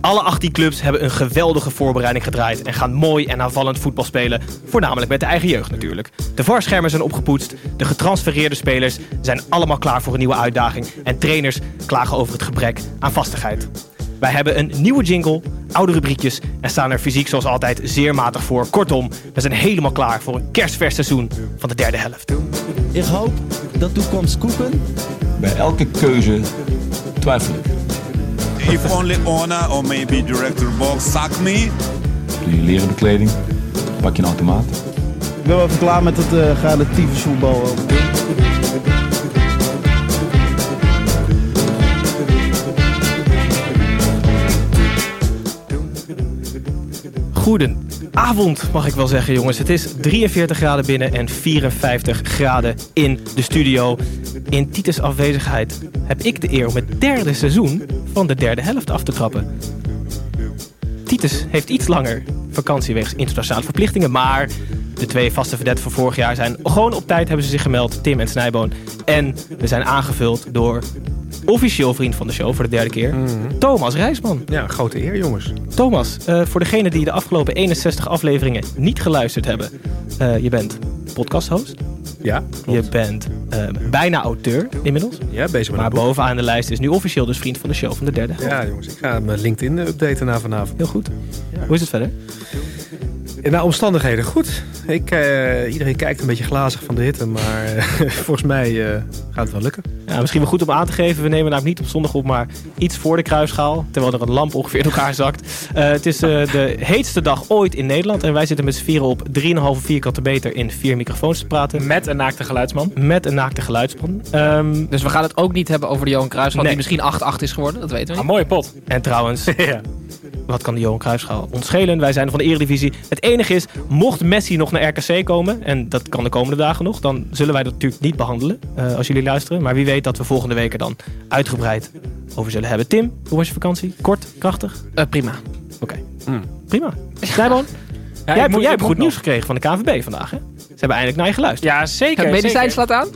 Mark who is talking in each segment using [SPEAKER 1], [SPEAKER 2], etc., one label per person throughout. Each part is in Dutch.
[SPEAKER 1] Alle 18 clubs hebben een geweldige voorbereiding gedraaid en gaan mooi en aanvallend voetbal spelen, voornamelijk met de eigen jeugd natuurlijk. De varschermen zijn opgepoetst, de getransfereerde spelers zijn allemaal klaar voor een nieuwe uitdaging en trainers klagen over het gebrek aan vastigheid. Wij hebben een nieuwe jingle, oude rubriekjes en staan er fysiek zoals altijd zeer matig voor. Kortom, we zijn helemaal klaar voor een kerstvers seizoen van de derde helft.
[SPEAKER 2] Ik hoop dat toekomst koeken.
[SPEAKER 3] Bij elke keuze twijfel ik.
[SPEAKER 4] If only Ona or maybe director Bob sack me,
[SPEAKER 3] Doe je leren bekleding, pak je een automaat.
[SPEAKER 2] Ik ben wel even klaar met het uh, voetbal.
[SPEAKER 1] Goedenavond, mag ik wel zeggen, jongens. Het is 43 graden binnen en 54 graden in de studio. In Titus' afwezigheid heb ik de eer om het derde seizoen van de derde helft af te trappen. Titus heeft iets langer vakantie wegens internationale verplichtingen, maar de twee vaste verdetten van vorig jaar zijn gewoon op tijd hebben ze zich gemeld, Tim en Snijboon. En we zijn aangevuld door officieel vriend van de show voor de derde keer, Thomas Rijsman.
[SPEAKER 5] Ja, grote eer, jongens.
[SPEAKER 1] Thomas, eh, voor degenen die de afgelopen 61 afleveringen niet geluisterd hebben. eh, je bent podcasthost.
[SPEAKER 5] Ja, klopt.
[SPEAKER 1] Je bent eh, bijna auteur inmiddels.
[SPEAKER 5] Ja, bezig met
[SPEAKER 1] Maar
[SPEAKER 5] een boek.
[SPEAKER 1] bovenaan de lijst is nu officieel dus vriend van de show van de derde. helft.
[SPEAKER 5] Ja, jongens. Ik ga mijn LinkedIn updaten na vanavond.
[SPEAKER 1] Heel goed. Hoe is het verder?
[SPEAKER 5] En naar omstandigheden, goed. Ik, eh, iedereen kijkt een beetje glazig van de hitte, maar eh, volgens mij eh, gaat het wel lukken.
[SPEAKER 1] Ja, misschien wel goed om aan te geven. We nemen namelijk niet op zondag op, maar iets voor de kruisschaal. Terwijl er een lamp ongeveer in elkaar zakt. Eh, het is eh, de heetste dag ooit in Nederland. En wij zitten met z'n vieren op 3,5 vierkante meter in vier microfoons te praten.
[SPEAKER 6] Met een naakte geluidsman.
[SPEAKER 1] Met een naakte geluidsman. Ehm,
[SPEAKER 7] Dus we gaan het ook niet hebben over de Johan Cruijffschaal,
[SPEAKER 1] Nee.
[SPEAKER 7] die misschien 8-8 is geworden. Dat weten we
[SPEAKER 6] Een
[SPEAKER 7] niet.
[SPEAKER 6] mooie pot.
[SPEAKER 1] En trouwens, wat kan de Johan Cruijffschaal ons schelen? Wij zijn van de Eredivisie. Het enige is, mocht Messi nog naar RKC komen... en dat kan de komende dagen nog... dan zullen wij dat natuurlijk niet behandelen eh, als jullie luisteren. Maar wie weet dat we volgende week er dan uitgebreid over zullen hebben. Tim, hoe was je vakantie? Kort, krachtig?
[SPEAKER 7] Eh, prima.
[SPEAKER 1] Ah, Oké, prima. Snijboon,
[SPEAKER 6] Ja,
[SPEAKER 1] jij,
[SPEAKER 6] ik
[SPEAKER 1] hebt- jij
[SPEAKER 6] moet- ik
[SPEAKER 1] hebt
[SPEAKER 6] moet
[SPEAKER 1] goed
[SPEAKER 6] nog.
[SPEAKER 1] nieuws gekregen van de KNVB vandaag, hè? Ze hebben eindelijk naar je geluisterd.
[SPEAKER 6] Ja, zeker.
[SPEAKER 7] Het medicijn
[SPEAKER 6] zeker.
[SPEAKER 7] slaat aan.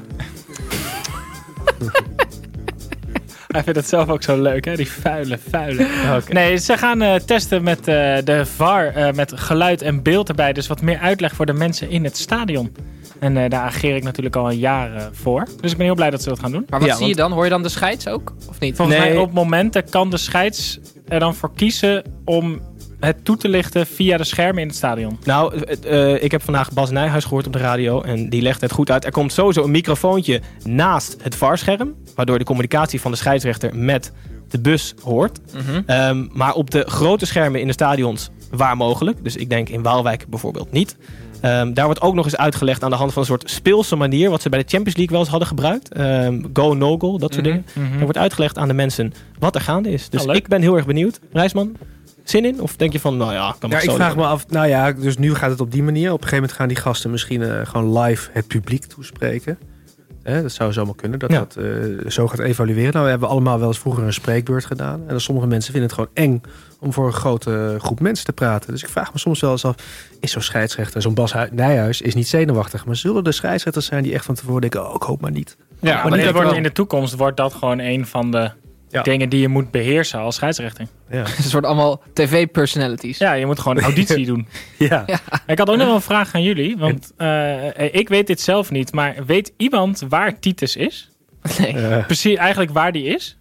[SPEAKER 6] Hij vindt het zelf ook zo leuk, hè? Die vuile, vuile.
[SPEAKER 1] Oké.
[SPEAKER 6] Nee, ze gaan eh, testen met eh, de VAR, eh, met geluid en beeld erbij. Dus wat meer uitleg voor de mensen in het stadion. En eh, daar ageer ik natuurlijk al een jaar eh, voor. Dus ik ben heel blij dat ze dat gaan doen.
[SPEAKER 7] Maar wat
[SPEAKER 1] Ja,
[SPEAKER 7] zie je dan? Hoor je dan de scheids ook? Of niet?
[SPEAKER 6] Volgens
[SPEAKER 1] Nee.
[SPEAKER 6] mij op momenten kan de scheids er dan voor kiezen om het toe te lichten via de schermen in het stadion.
[SPEAKER 1] Nou, het, eh, ik heb vandaag Bas Nijhuis gehoord op de radio en die legt het goed uit. Er komt sowieso een microfoontje naast het varscherm, waardoor de communicatie van de scheidsrechter met de bus hoort.
[SPEAKER 7] Mhm.
[SPEAKER 1] Ehm, maar op de grote schermen in de stadions, waar mogelijk, dus ik denk in Waalwijk bijvoorbeeld niet. Ehm, daar wordt ook nog eens uitgelegd aan de hand van een soort speelse manier, wat ze bij de Champions League wel eens hadden gebruikt. Ehm, go, no goal, dat soort dingen.
[SPEAKER 6] Mhm.
[SPEAKER 1] Er wordt uitgelegd aan de mensen wat er gaande is. Dus
[SPEAKER 6] Ah, leuk.
[SPEAKER 1] ik ben heel erg benieuwd. Rijsman, zin in? Of denk je van, nou ja, kan
[SPEAKER 5] Ja,
[SPEAKER 1] maar
[SPEAKER 5] ik
[SPEAKER 1] zo
[SPEAKER 5] vraag me af, nou ja, dus nu gaat het op die manier. Op een gegeven moment gaan die gasten misschien eh, gewoon live het publiek toespreken. Hè, dat zou zomaar kunnen, dat
[SPEAKER 1] Ja.
[SPEAKER 5] dat eh, zo gaat evalueren. Nou, we hebben allemaal wel eens vroeger een spreekbeurt gedaan. En dan sommige mensen vinden het gewoon eng om voor een grote groep mensen te praten. Dus ik vraag me soms wel eens af, is zo'n scheidsrechter, zo'n Bas Hu- Nijhuis, is niet zenuwachtig. Maar zullen er scheidsrechters zijn die echt van tevoren denken, oh, ik hoop maar niet.
[SPEAKER 6] Ja, maar
[SPEAKER 5] maar
[SPEAKER 6] dat
[SPEAKER 5] dat
[SPEAKER 6] wordt
[SPEAKER 5] wel.
[SPEAKER 6] in de toekomst wordt dat gewoon een van de
[SPEAKER 5] Ja.
[SPEAKER 6] dingen die je moet beheersen als scheidsrechter.
[SPEAKER 5] Ja,
[SPEAKER 7] Ze worden allemaal tv-personalities.
[SPEAKER 6] Ja, je moet gewoon auditie doen.
[SPEAKER 5] ja.
[SPEAKER 6] Ik had ook nog wel een vraag aan jullie, want eh, ik weet dit zelf niet, maar weet iemand waar Titus is?
[SPEAKER 7] Nee.
[SPEAKER 5] Eh,
[SPEAKER 6] Precies, eigenlijk waar die is?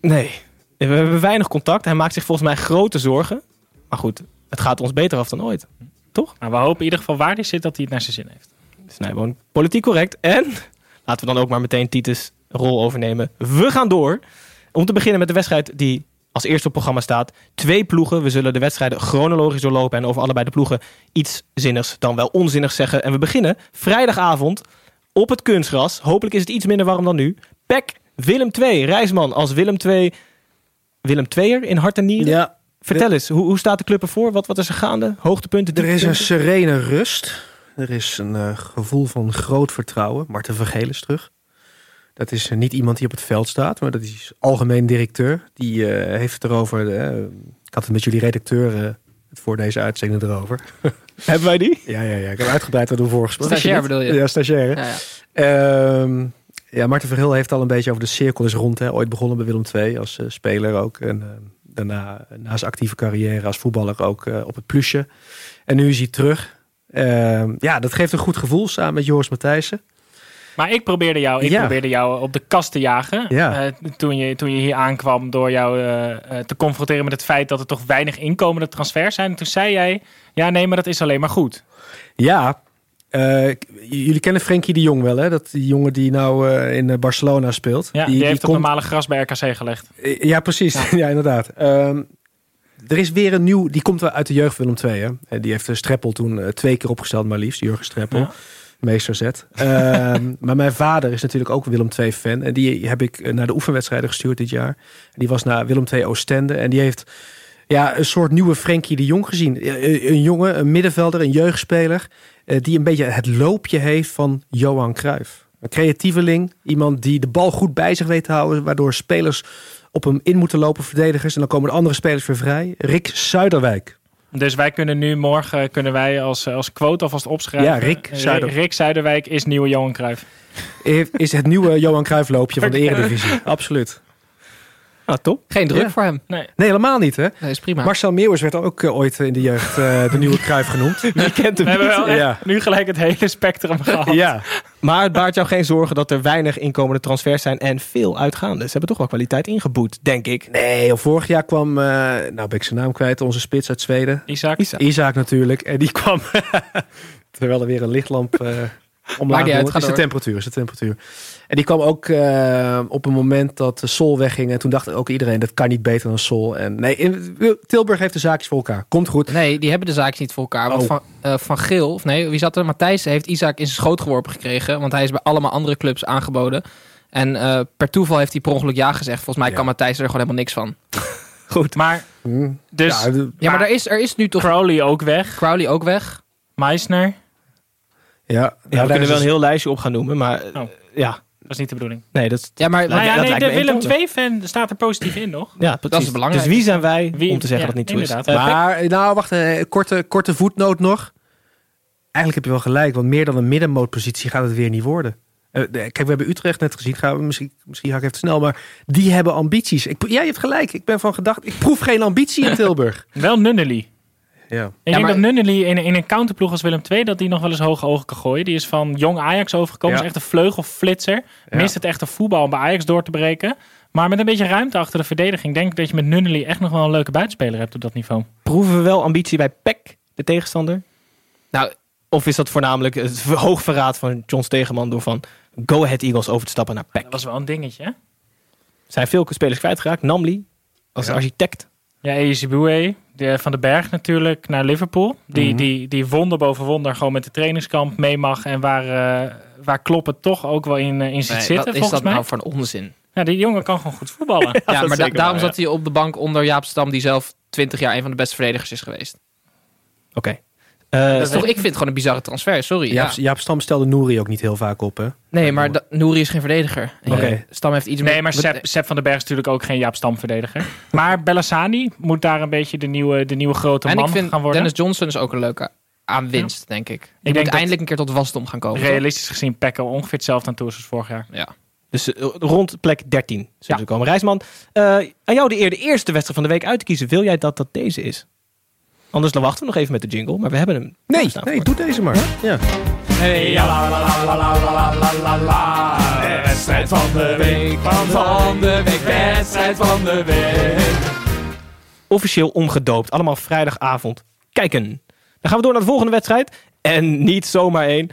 [SPEAKER 1] Nee. We hebben weinig contact. Hij maakt zich volgens mij grote zorgen. Maar goed, het gaat ons beter af dan ooit.
[SPEAKER 6] Nou, we hopen in ieder geval waar die zit dat hij het naar zijn zin heeft.
[SPEAKER 1] Dus nee, gewoon politiek correct. En laten we dan ook maar meteen Titus' rol overnemen. We gaan door. Om te beginnen met de wedstrijd die als eerste op het programma staat. Twee ploegen. We zullen de wedstrijden chronologisch doorlopen. En over allebei de ploegen iets zinnigs dan wel onzinnigs zeggen. En we beginnen vrijdagavond op het kunstgras. Hopelijk is het iets minder warm dan nu. PEC Willem II, Rijsman als Willem II. Willem II'er in hart en nieren.
[SPEAKER 5] Ja,
[SPEAKER 1] Vertel eens, hoe, hoe staat de club ervoor? Wat, wat is er gaande? Hoogtepunten?
[SPEAKER 5] Er is een
[SPEAKER 1] dieptepunten?
[SPEAKER 5] serene rust. Er is een eh, gevoel van groot vertrouwen. Marten Vergeel is terug. Dat is eh, niet iemand die op het veld staat, maar dat is algemeen directeur. Die eh, heeft het erover. eh, ik had het met jullie redacteur eh, het voor deze uitzending erover.
[SPEAKER 1] Hebben wij die?
[SPEAKER 5] Ja, ja, ja. Ik heb uitgebreid wat we vorige gesproken.
[SPEAKER 7] Stagiair bedoel je?
[SPEAKER 5] Ja, stagiaire.
[SPEAKER 7] Ja, ja.
[SPEAKER 5] Ehm, ja, Marten Vergeel heeft al een beetje over de cirkel is rond. Hè. Ooit begonnen bij Willem II als eh, speler ook. En ehm, daarna, eh, na zijn actieve carrière als voetballer ook eh, op het plusje. En nu is hij terug. Ehm, ja, dat geeft een goed gevoel samen met Joris Matthijssen.
[SPEAKER 6] Maar ik probeerde jou, ik
[SPEAKER 5] Ja.
[SPEAKER 6] probeerde jou op de kast te jagen.
[SPEAKER 5] Ja.
[SPEAKER 6] eh, toen, je, toen je hier aankwam door jou eh, eh, te confronteren met het feit dat er toch weinig inkomende transfers zijn. En toen zei jij, ja nee, maar dat is alleen maar goed.
[SPEAKER 5] Ja, eh, k- j- jullie kennen Frenkie de Jong wel, hè? Dat die jongen die nou eh, in eh, Barcelona speelt.
[SPEAKER 6] Ja, die, heeft
[SPEAKER 5] komt-
[SPEAKER 6] het normale gras bij RKC gelegd.
[SPEAKER 5] Eh, Ja, precies. Ja, inderdaad. Ehm, er is weer een nieuw... Die komt wel uit de jeugd Willem II. Hè? Eh, Die heeft eh, Streppel toen eh, twee keer opgesteld, maar liefst. Jurgen Streppel.
[SPEAKER 6] Ja.
[SPEAKER 5] Meester Z. Ehm, maar mijn vader is natuurlijk ook Willem II-fan. En die heb ik eh, naar de oefenwedstrijden gestuurd dit jaar. Die was naar Willem II Oostende. En die heeft ja, een soort nieuwe Frenkie de Jong gezien. Eh, eh, Een jongen, een middenvelder, een jeugdspeler... eh, die een beetje het loopje heeft van Johan Cruijff. Een creatieveling. Iemand die de bal goed bij zich weet te houden... waardoor spelers op hem in moeten lopen, verdedigers. En dan komen de andere spelers weer vrij. Rick Zuiderwijk.
[SPEAKER 6] Dus wij kunnen nu morgen, kunnen wij als, eh, als quote alvast opschrijven.
[SPEAKER 5] Ja, Rick
[SPEAKER 6] Eh,
[SPEAKER 5] Zuider-
[SPEAKER 6] Rick Zuiderwijk is nieuwe Johan Cruijff.
[SPEAKER 5] Heeft- Is het nieuwe Johan Cruijff loopje van de Eredivisie. Absoluut.
[SPEAKER 1] Ah, top.
[SPEAKER 7] Geen druk
[SPEAKER 5] Ja.
[SPEAKER 7] voor hem.
[SPEAKER 5] Nee, helemaal niet hè.
[SPEAKER 7] Nee, is prima.
[SPEAKER 5] Marcel Meeuwers werd ook eh, ooit in de jeugd eh, de nieuwe Cruijff genoemd.
[SPEAKER 1] Wie kent hem
[SPEAKER 6] We hebben
[SPEAKER 1] niet?
[SPEAKER 6] wel echt
[SPEAKER 5] Ja.
[SPEAKER 6] nu gelijk het hele spectrum gehad.
[SPEAKER 5] Ja.
[SPEAKER 1] Maar het baart jou geen zorgen dat er weinig inkomende transfers zijn en veel uitgaande. Ze hebben toch wel kwaliteit ingeboet, denk ik.
[SPEAKER 5] Nee, vorig jaar kwam, eh, nou ben ik zijn naam kwijt, onze spits uit Zweden.
[SPEAKER 6] Isaac.
[SPEAKER 1] Isaac.
[SPEAKER 5] Isaac natuurlijk. En die kwam, terwijl er weer een lichtlamp eh omlaag
[SPEAKER 7] Maakt niet uit,
[SPEAKER 5] Het
[SPEAKER 7] ga
[SPEAKER 5] is de
[SPEAKER 7] door.
[SPEAKER 5] temperatuur, is de temperatuur. En die kwam ook eh, op een moment dat Sol wegging. En toen dacht ook iedereen, dat kan niet beter dan Sol. En nee, in- Tilburg heeft de zaakjes voor elkaar. Komt goed.
[SPEAKER 7] Nee, die hebben de zaak niet voor elkaar. Want
[SPEAKER 5] Oh.
[SPEAKER 7] van, eh, van Geel, of nee, wie zat er? Matthijs heeft Isaac in zijn schoot geworpen gekregen. Want hij is bij allemaal andere clubs aangeboden. En eh, per toeval heeft hij per ongeluk ja gezegd. Volgens mij
[SPEAKER 5] Ja.
[SPEAKER 7] kan Matthijs er gewoon helemaal niks van.
[SPEAKER 6] Maar
[SPEAKER 5] Hm.
[SPEAKER 6] dus
[SPEAKER 5] Ja, de-
[SPEAKER 7] Ja, maar
[SPEAKER 6] Maar-
[SPEAKER 7] er is, er is nu toch
[SPEAKER 6] Crowley ook weg.
[SPEAKER 7] Crowley ook weg.
[SPEAKER 5] ja,
[SPEAKER 6] Meisner.
[SPEAKER 5] nou,
[SPEAKER 1] Ja,
[SPEAKER 5] daar
[SPEAKER 1] we kunnen
[SPEAKER 5] is
[SPEAKER 1] wel een
[SPEAKER 5] het-
[SPEAKER 1] heel lijstje op gaan noemen, maar eh,
[SPEAKER 6] Oh.
[SPEAKER 1] ja,
[SPEAKER 6] Dat is niet de bedoeling.
[SPEAKER 1] nee, dat, is-
[SPEAKER 7] Ja, maar
[SPEAKER 1] Lijkt-
[SPEAKER 6] Nou ja,
[SPEAKER 1] dat
[SPEAKER 6] nee, de
[SPEAKER 1] me
[SPEAKER 6] Willem
[SPEAKER 1] eentonig.
[SPEAKER 6] II-fan staat er positief in, nog.
[SPEAKER 1] ja, precies.
[SPEAKER 7] Dat is belangrijk.
[SPEAKER 1] Dus wie zijn wij
[SPEAKER 6] Wie-
[SPEAKER 1] om te zeggen
[SPEAKER 6] ja,
[SPEAKER 1] dat het niet zo
[SPEAKER 6] inderdaad.
[SPEAKER 1] is? Eh,
[SPEAKER 5] Maar, nou, wacht, eh, korte, korte voetnoot nog. Eigenlijk heb je wel gelijk, want meer dan een middenmootpositie gaat het weer niet worden. Eh, de- Kijk, we hebben Utrecht net gezien. Gaan we misschien, misschien haak ik even snel, maar die hebben ambities. Ik, jij hebt gelijk. Ik ben van gedacht. Ik proef geen ambitie in Tilburg.
[SPEAKER 6] Wel Nunnely.
[SPEAKER 5] Ja.
[SPEAKER 6] Ik denk
[SPEAKER 7] maar-
[SPEAKER 6] dat Nunnely in, in een counterploeg als Willem II... dat die nog wel eens hoge ogen kan gooien. Die is van jong Ajax overgekomen.
[SPEAKER 5] Ja.
[SPEAKER 6] Is echt een vleugelflitser.
[SPEAKER 5] Ja.
[SPEAKER 6] Mist het echte voetbal om bij Ajax door te breken. Maar met een beetje ruimte achter de verdediging... denk ik dat je met Nunnely echt nog wel een leuke buitenspeler hebt op dat niveau.
[SPEAKER 1] proeven we wel ambitie bij PEC, de tegenstander?
[SPEAKER 7] Nou,
[SPEAKER 1] Of is dat voornamelijk het ver- hoog verraad van John Stegeman door van Go Ahead Eagles over te stappen naar PEC?
[SPEAKER 6] Dat was wel een dingetje, hè?
[SPEAKER 1] zijn veel spelers kwijtgeraakt. Namli als architect.
[SPEAKER 6] Ja, Ezebue, de van den Berg natuurlijk, naar Liverpool. Die,
[SPEAKER 1] Mhm.
[SPEAKER 6] die, die wonder boven wonder gewoon met de trainingskamp mee mag. En waar, eh waar Kloppen toch ook wel in, eh, in ziet
[SPEAKER 7] nee,
[SPEAKER 6] zitten,
[SPEAKER 7] wat is
[SPEAKER 6] volgens
[SPEAKER 7] dat
[SPEAKER 6] mij.
[SPEAKER 7] nou voor een onzin?
[SPEAKER 6] Ja, die jongen kan gewoon goed voetballen.
[SPEAKER 7] Ja,
[SPEAKER 1] dat
[SPEAKER 7] maar da-
[SPEAKER 1] zeker
[SPEAKER 7] daarom
[SPEAKER 1] wel, ja.
[SPEAKER 7] zat hij op de bank onder Jaap Stam... die zelf 20 jaar een van de beste verdedigers is geweest.
[SPEAKER 1] Oké. Eh,
[SPEAKER 7] Dat is toch, ik vind het gewoon een bizarre transfer, sorry. Ja.
[SPEAKER 5] Jaap, Jaap Stam stelde Nouri ook niet heel vaak op, hè?
[SPEAKER 7] Nee, maar da- Nouri is geen verdediger. En,
[SPEAKER 5] Oké.
[SPEAKER 7] eh, Stam heeft iets
[SPEAKER 6] Nee,
[SPEAKER 7] met-
[SPEAKER 6] maar
[SPEAKER 7] met-
[SPEAKER 6] Sepp, Sepp van den Berg is natuurlijk ook geen Jaap Stam-verdediger. Maar Bellassani moet daar een beetje de nieuwe, de nieuwe grote
[SPEAKER 7] En
[SPEAKER 6] man
[SPEAKER 7] ik vind
[SPEAKER 6] gaan worden.
[SPEAKER 7] Dennis Johnson is ook een leuke aanwinst, denk ik. Die
[SPEAKER 6] denk
[SPEAKER 7] moet
[SPEAKER 6] dat-
[SPEAKER 7] eindelijk een keer tot wasdom gaan komen. toch?
[SPEAKER 6] Realistisch gezien Pekko ongeveer hetzelfde aan toe is als vorig jaar.
[SPEAKER 7] Ja.
[SPEAKER 1] dus eh, rond plek 13 zullen
[SPEAKER 6] Ja.
[SPEAKER 1] ze komen. Rijsman, eh, aan jou de eer de eerste wedstrijd van de week uit te kiezen. Wil jij dat dat deze is? Anders dan wachten we nog even met de jingle, maar we hebben hem.
[SPEAKER 5] Nee,
[SPEAKER 1] klaarstaan
[SPEAKER 5] nee,
[SPEAKER 1] voor.
[SPEAKER 5] doe deze maar. Ja.
[SPEAKER 1] Officieel omgedoopt. Allemaal vrijdagavond. Kijken. Dan gaan we door naar de volgende wedstrijd. En niet zomaar één.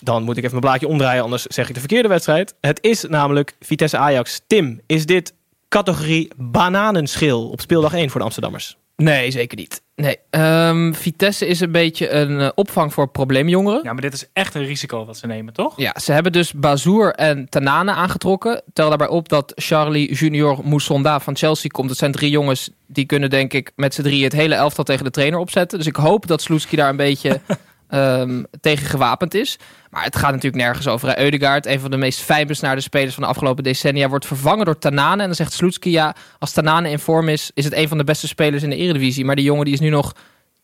[SPEAKER 1] Dan moet ik even mijn blaadje omdraaien, anders zeg ik de verkeerde wedstrijd. Het is namelijk Vitesse Ajax. Tim, is dit categorie bananenschil op speeldag 1 voor de Amsterdammers?
[SPEAKER 7] Nee, zeker niet. Nee. Ehm, Vitesse is een beetje een eh, opvang voor probleemjongeren.
[SPEAKER 6] Ja, maar dit is echt een risico wat ze nemen, toch?
[SPEAKER 7] Ja, ze hebben dus Bazour en Tanane aangetrokken. Tel daarbij op dat Charlie Junior Moussonda van Chelsea komt. Dat zijn drie jongens die kunnen denk ik met z'n drieën het hele elftal tegen de trainer opzetten. Dus ik hoop dat Sloetski daar een beetje ehm, tegen gewapend is. Maar het gaat natuurlijk nergens over. hè. Eudegaard, een van de meest fijnbesnaarde spelers van de afgelopen decennia, wordt vervangen door Tanane. En dan zegt Sloetski, ja, als Tanane in vorm is, is het een van de beste spelers in de Eredivisie. Maar die jongen die is nu nog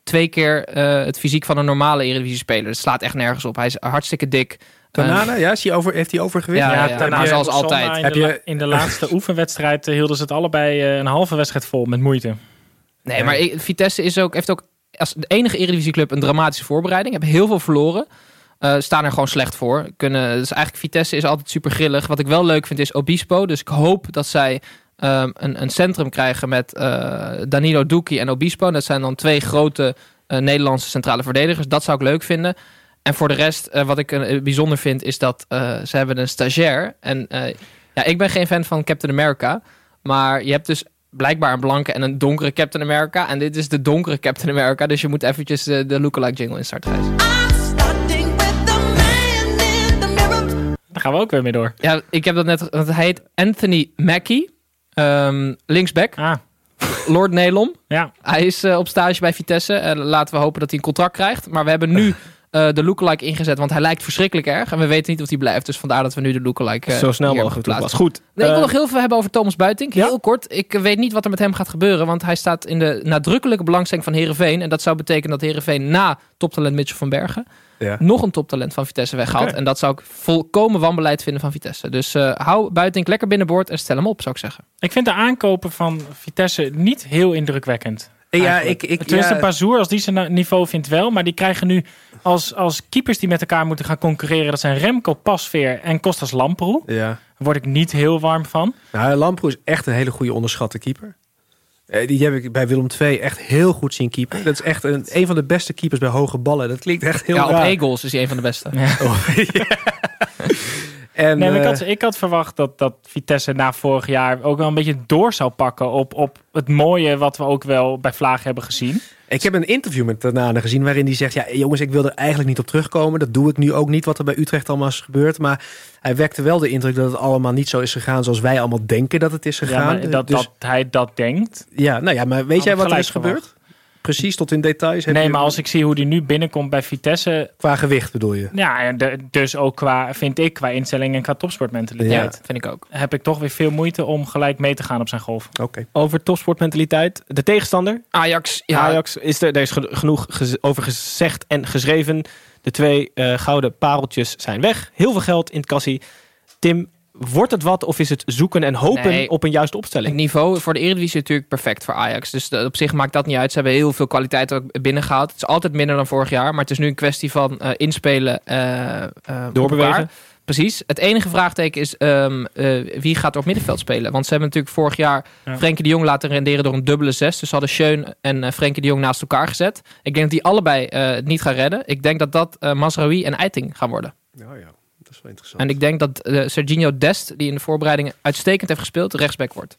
[SPEAKER 7] twee keer eh, het fysiek van een normale Eredivisie-speler. Dat slaat echt nergens op. Hij is hartstikke dik. Ehm,
[SPEAKER 5] Tanana, ja, is die over, heeft hij overgewicht?
[SPEAKER 7] Ja, ja,
[SPEAKER 6] daarna
[SPEAKER 7] maar
[SPEAKER 6] heb
[SPEAKER 7] zoals
[SPEAKER 6] je Sanna
[SPEAKER 7] altijd.
[SPEAKER 6] In,
[SPEAKER 5] Heb
[SPEAKER 6] de,
[SPEAKER 5] je-
[SPEAKER 6] la- in de laatste oefenwedstrijd eh, hielden ze het allebei eh, een halve wedstrijd vol met moeite.
[SPEAKER 7] Nee, maar ik- Vitesse is ook, heeft ook als de enige Eredivisieclub een dramatische voorbereiding. Hebben heel veel verloren. Eh, staan er gewoon slecht voor. Kunnen, dus eigenlijk Vitesse is altijd super grillig. Wat ik wel leuk vind is Obispo. Dus ik hoop dat zij ehm, een, een centrum krijgen met eh, Danilo Duki en Obispo. Dat zijn dan twee grote eh, Nederlandse centrale verdedigers. Dat zou ik leuk vinden. En voor de rest, eh, wat ik eh, bijzonder vind, is dat eh, ze hebben een stagiair. En eh, ja, ik ben geen fan van Captain America. Maar je hebt dus blijkbaar een blanke en een donkere Captain America. En dit is de donkere Captain America. Dus je moet eventjes de, de lookalike jingle instarten, Gijs.
[SPEAKER 8] Starting with the man in the mirror.
[SPEAKER 6] Daar gaan we ook weer mee door.
[SPEAKER 7] Ja, ik heb dat net... Want hij heet Anthony Mackie. Ehm, linksback.
[SPEAKER 6] Ah,
[SPEAKER 7] Lord Nelom.
[SPEAKER 6] ja.
[SPEAKER 7] Hij is eh, op stage bij Vitesse. En laten we hopen dat hij een contract krijgt. Maar we hebben nu eh, de lookalike ingezet. Want hij lijkt verschrikkelijk erg. En we weten niet of hij blijft. Dus vandaar dat we nu de lookalike eh,
[SPEAKER 1] Zo snel
[SPEAKER 7] hier
[SPEAKER 1] mogelijk.
[SPEAKER 7] plaatsen.
[SPEAKER 1] Was goed.
[SPEAKER 7] Nee, ik wil
[SPEAKER 1] Eh,
[SPEAKER 7] nog heel veel hebben over Thomas Buiting.
[SPEAKER 1] Ja?
[SPEAKER 7] Heel kort. Ik eh, weet niet wat er met hem gaat gebeuren. Want hij staat in de nadrukkelijke belangstelling van Herenveen. En dat zou betekenen dat Herenveen na toptalent Mitchell van Bergen.
[SPEAKER 5] Ja.
[SPEAKER 7] nog een toptalent van Vitesse weghaalt. En dat zou ik volkomen wanbeleid vinden van Vitesse. Dus eh, hou Buiting lekker binnenboord en stel hem op, zou ik zeggen.
[SPEAKER 6] Ik vind de aankopen van Vitesse niet heel indrukwekkend.
[SPEAKER 5] Ja,
[SPEAKER 6] eigenlijk.
[SPEAKER 5] ik, ik,
[SPEAKER 6] Tenminste,
[SPEAKER 5] ja,
[SPEAKER 6] Bazour, als die zijn na- niveau vindt wel. Maar die krijgen nu als, als keepers die met elkaar moeten gaan concurreren. Dat zijn Remco Pasveer en Kostas Lamproe.
[SPEAKER 5] ja.
[SPEAKER 6] Daar word ik niet heel warm van.
[SPEAKER 5] Nou, Lamproe is echt een hele goede onderschatte keeper. Eh, Die heb ik bij Willem II echt heel goed zien keeper. Dat is echt een, een van de beste keepers bij hoge ballen. Dat klinkt echt heel
[SPEAKER 7] Ja, op
[SPEAKER 5] raar.
[SPEAKER 7] E-goals is hij een van de beste.
[SPEAKER 5] En,
[SPEAKER 6] Nee, maar ik,
[SPEAKER 5] eh,
[SPEAKER 6] had, ik had verwacht dat, dat Vitesse na vorig jaar ook wel een beetje door zou pakken. Op, op het mooie wat we ook wel bij Vlaag hebben gezien.
[SPEAKER 5] Ik heb een interview met Tanane gezien waarin hij zegt... ja, jongens, ik wil er eigenlijk niet op terugkomen. Dat doe ik nu ook niet, wat er bij Utrecht allemaal is gebeurd. Maar hij wekte wel de indruk dat het allemaal niet zo is gegaan... zoals wij allemaal denken dat het is gegaan.
[SPEAKER 6] Ja, maar dat,
[SPEAKER 5] Dus-
[SPEAKER 6] dat hij dat denkt.
[SPEAKER 5] ja, nou ja, maar weet
[SPEAKER 6] Had
[SPEAKER 5] jij
[SPEAKER 6] ik
[SPEAKER 5] wat er is
[SPEAKER 6] gelijk
[SPEAKER 5] gebeurd? Precies, tot in details. Heb
[SPEAKER 6] Nee,
[SPEAKER 5] je-
[SPEAKER 6] maar als ik zie hoe die nu binnenkomt bij Vitesse.
[SPEAKER 5] Qua gewicht bedoel je?
[SPEAKER 6] Ja, en de- dus ook qua, vind ik, qua instelling en qua
[SPEAKER 7] Ja,
[SPEAKER 6] topsportmentaliteit.
[SPEAKER 5] Ja.
[SPEAKER 7] vind ik ook.
[SPEAKER 6] Heb ik toch weer veel moeite om gelijk mee te gaan op zijn golf.
[SPEAKER 5] Oké.
[SPEAKER 1] Over topsportmentaliteit. De tegenstander,
[SPEAKER 7] Ajax, ja,
[SPEAKER 1] Ajax, is er, daar is ge- genoeg gez- over gezegd en geschreven. De twee eh, gouden pareltjes zijn weg. Heel veel geld in het kassie. Tim, wordt het wat of is het zoeken en hopen
[SPEAKER 7] Nee.
[SPEAKER 1] op een juiste
[SPEAKER 7] Het
[SPEAKER 1] opstelling?
[SPEAKER 7] niveau voor de Eredivisie natuurlijk perfect voor Ajax. Dus de- op zich maakt dat niet uit. Ze hebben heel veel kwaliteit ook binnengehaald. Het is altijd minder dan vorig jaar. Maar het is nu een kwestie van eh, inspelen. eh, eh, op
[SPEAKER 1] Doorbewegen.
[SPEAKER 7] elkaar. Precies. Het enige vraagteken is ehm, eh, wie gaat er op middenveld spelen. Want ze hebben natuurlijk vorig jaar
[SPEAKER 6] Ja.
[SPEAKER 7] Frenkie de Jong laten renderen door een dubbele zes. Dus ze hadden Schön en eh, Frenkie de Jong naast elkaar gezet. Ik denk dat die allebei eh, het niet gaan redden. Ik denk dat dat eh Masraoui en Eiting gaan worden.
[SPEAKER 5] Nou ja, dat is wel interessant.
[SPEAKER 7] En ik denk dat eh, Serginho Dest, die in de voorbereidingen uitstekend heeft gespeeld, rechtsback wordt.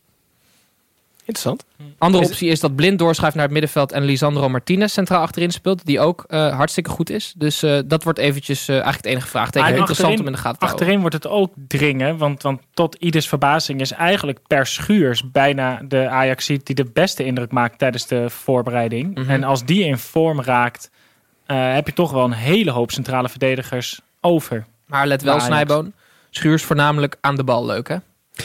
[SPEAKER 1] Interessant.
[SPEAKER 7] Andere
[SPEAKER 1] Is-
[SPEAKER 7] optie is dat Blind doorschuift naar het middenveld en Lisandro Martinez centraal achterin speelt, die ook eh, hartstikke goed is. Dus eh, dat wordt eventjes eh, eigenlijk het enige vraagteken.
[SPEAKER 6] Ah, en
[SPEAKER 7] Interessant
[SPEAKER 6] achterin-
[SPEAKER 7] om in de gaten te houden.
[SPEAKER 6] Achterin wordt het ook dringen, want, want tot ieders verbazing is eigenlijk per schuurs bijna de ajax die de beste indruk maakt tijdens de voorbereiding.
[SPEAKER 7] Mhm.
[SPEAKER 6] En als die in vorm raakt, eh, heb je toch wel een hele hoop centrale verdedigers over.
[SPEAKER 7] Maar let wel,
[SPEAKER 6] Bij Ajax.
[SPEAKER 7] Snijboon. Schuurs voornamelijk aan de bal leuk, hè?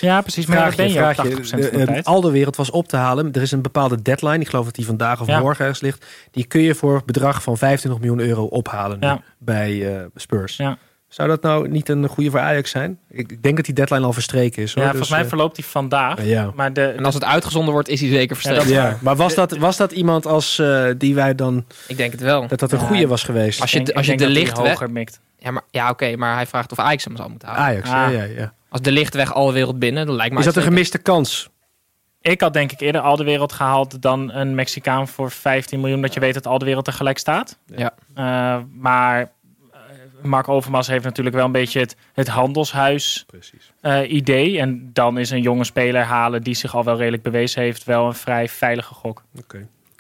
[SPEAKER 6] Ja, precies. Maar daar ben je ook 80% van de,
[SPEAKER 5] de-
[SPEAKER 6] tijd.
[SPEAKER 5] al de wereld was op te halen. Er is een bepaalde deadline. Ik geloof dat die vandaag of
[SPEAKER 6] Ja.
[SPEAKER 5] morgen ergens ligt. Die kun je voor het bedrag van 25 miljoen euro ophalen nu
[SPEAKER 6] Ja.
[SPEAKER 5] bij eh, Spurs.
[SPEAKER 6] Ja.
[SPEAKER 5] Zou dat nou niet een goede voor Ajax zijn? Ik ik denk dat die deadline al verstreken is. Hoor.
[SPEAKER 6] Ja,
[SPEAKER 5] Dus,
[SPEAKER 6] volgens mij
[SPEAKER 5] eh,
[SPEAKER 6] verloopt die vandaag.
[SPEAKER 5] ja.
[SPEAKER 6] Maar de,
[SPEAKER 7] En als het uitgezonden wordt, is hij zeker verstrekt.
[SPEAKER 6] dat-
[SPEAKER 5] Ja, maar was dat, was dat iemand als eh, die wij dan
[SPEAKER 7] Ik denk het wel.
[SPEAKER 5] dat dat een
[SPEAKER 6] Ja.
[SPEAKER 5] goede was geweest?
[SPEAKER 7] Als je,
[SPEAKER 6] ik denk-
[SPEAKER 7] als je
[SPEAKER 6] ik
[SPEAKER 7] de
[SPEAKER 6] denk dat die
[SPEAKER 7] licht weg...
[SPEAKER 6] hoger mikt.
[SPEAKER 7] Ja, maar- ja oké, maar hij vraagt of Ajax hem zal moeten houden.
[SPEAKER 5] Ajax, ja,
[SPEAKER 6] Ah.
[SPEAKER 5] ja, ja.
[SPEAKER 7] Als de licht weg alle wereld binnen, dan lijkt me
[SPEAKER 5] Is dat een
[SPEAKER 7] uitstekend.
[SPEAKER 5] gemiste kans?
[SPEAKER 6] Ik had denk ik eerder al de wereld gehaald dan een Mexicaan voor 15 miljoen. Dat je weet dat al de wereld tegelijk staat.
[SPEAKER 7] Ja.
[SPEAKER 6] Eh, maar eh, Mark Overmars heeft natuurlijk wel een beetje het, het handelshuis eh, idee. En dan is een jonge speler halen die zich al wel redelijk bewezen heeft, wel een vrij veilige gok.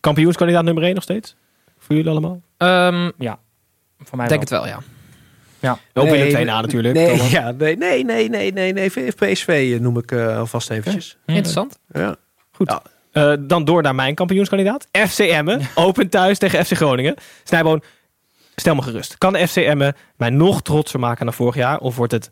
[SPEAKER 1] Kampioenskandidaat nummer 1 nog steeds? Voor jullie allemaal?
[SPEAKER 7] Ehm
[SPEAKER 6] Voor
[SPEAKER 7] denk
[SPEAKER 6] mij wel.
[SPEAKER 7] het wel, ja.
[SPEAKER 1] Ook
[SPEAKER 5] Nee,
[SPEAKER 1] Willem 2
[SPEAKER 5] nee,
[SPEAKER 1] na natuurlijk.
[SPEAKER 5] Nee,
[SPEAKER 1] Thomas.
[SPEAKER 5] ja, nee, nee, nee, nee, nee, nee. PSV noem ik eh, alvast eventjes.
[SPEAKER 6] Hm.
[SPEAKER 7] Interessant.
[SPEAKER 5] Ja.
[SPEAKER 1] Eh, dan door naar mijn kampioenskandidaat. FC Emmen, open thuis tegen FC Groningen. Snijboon, stel me gerust. Kan FC Emmen mij nog trotser maken dan vorig jaar? Of wordt het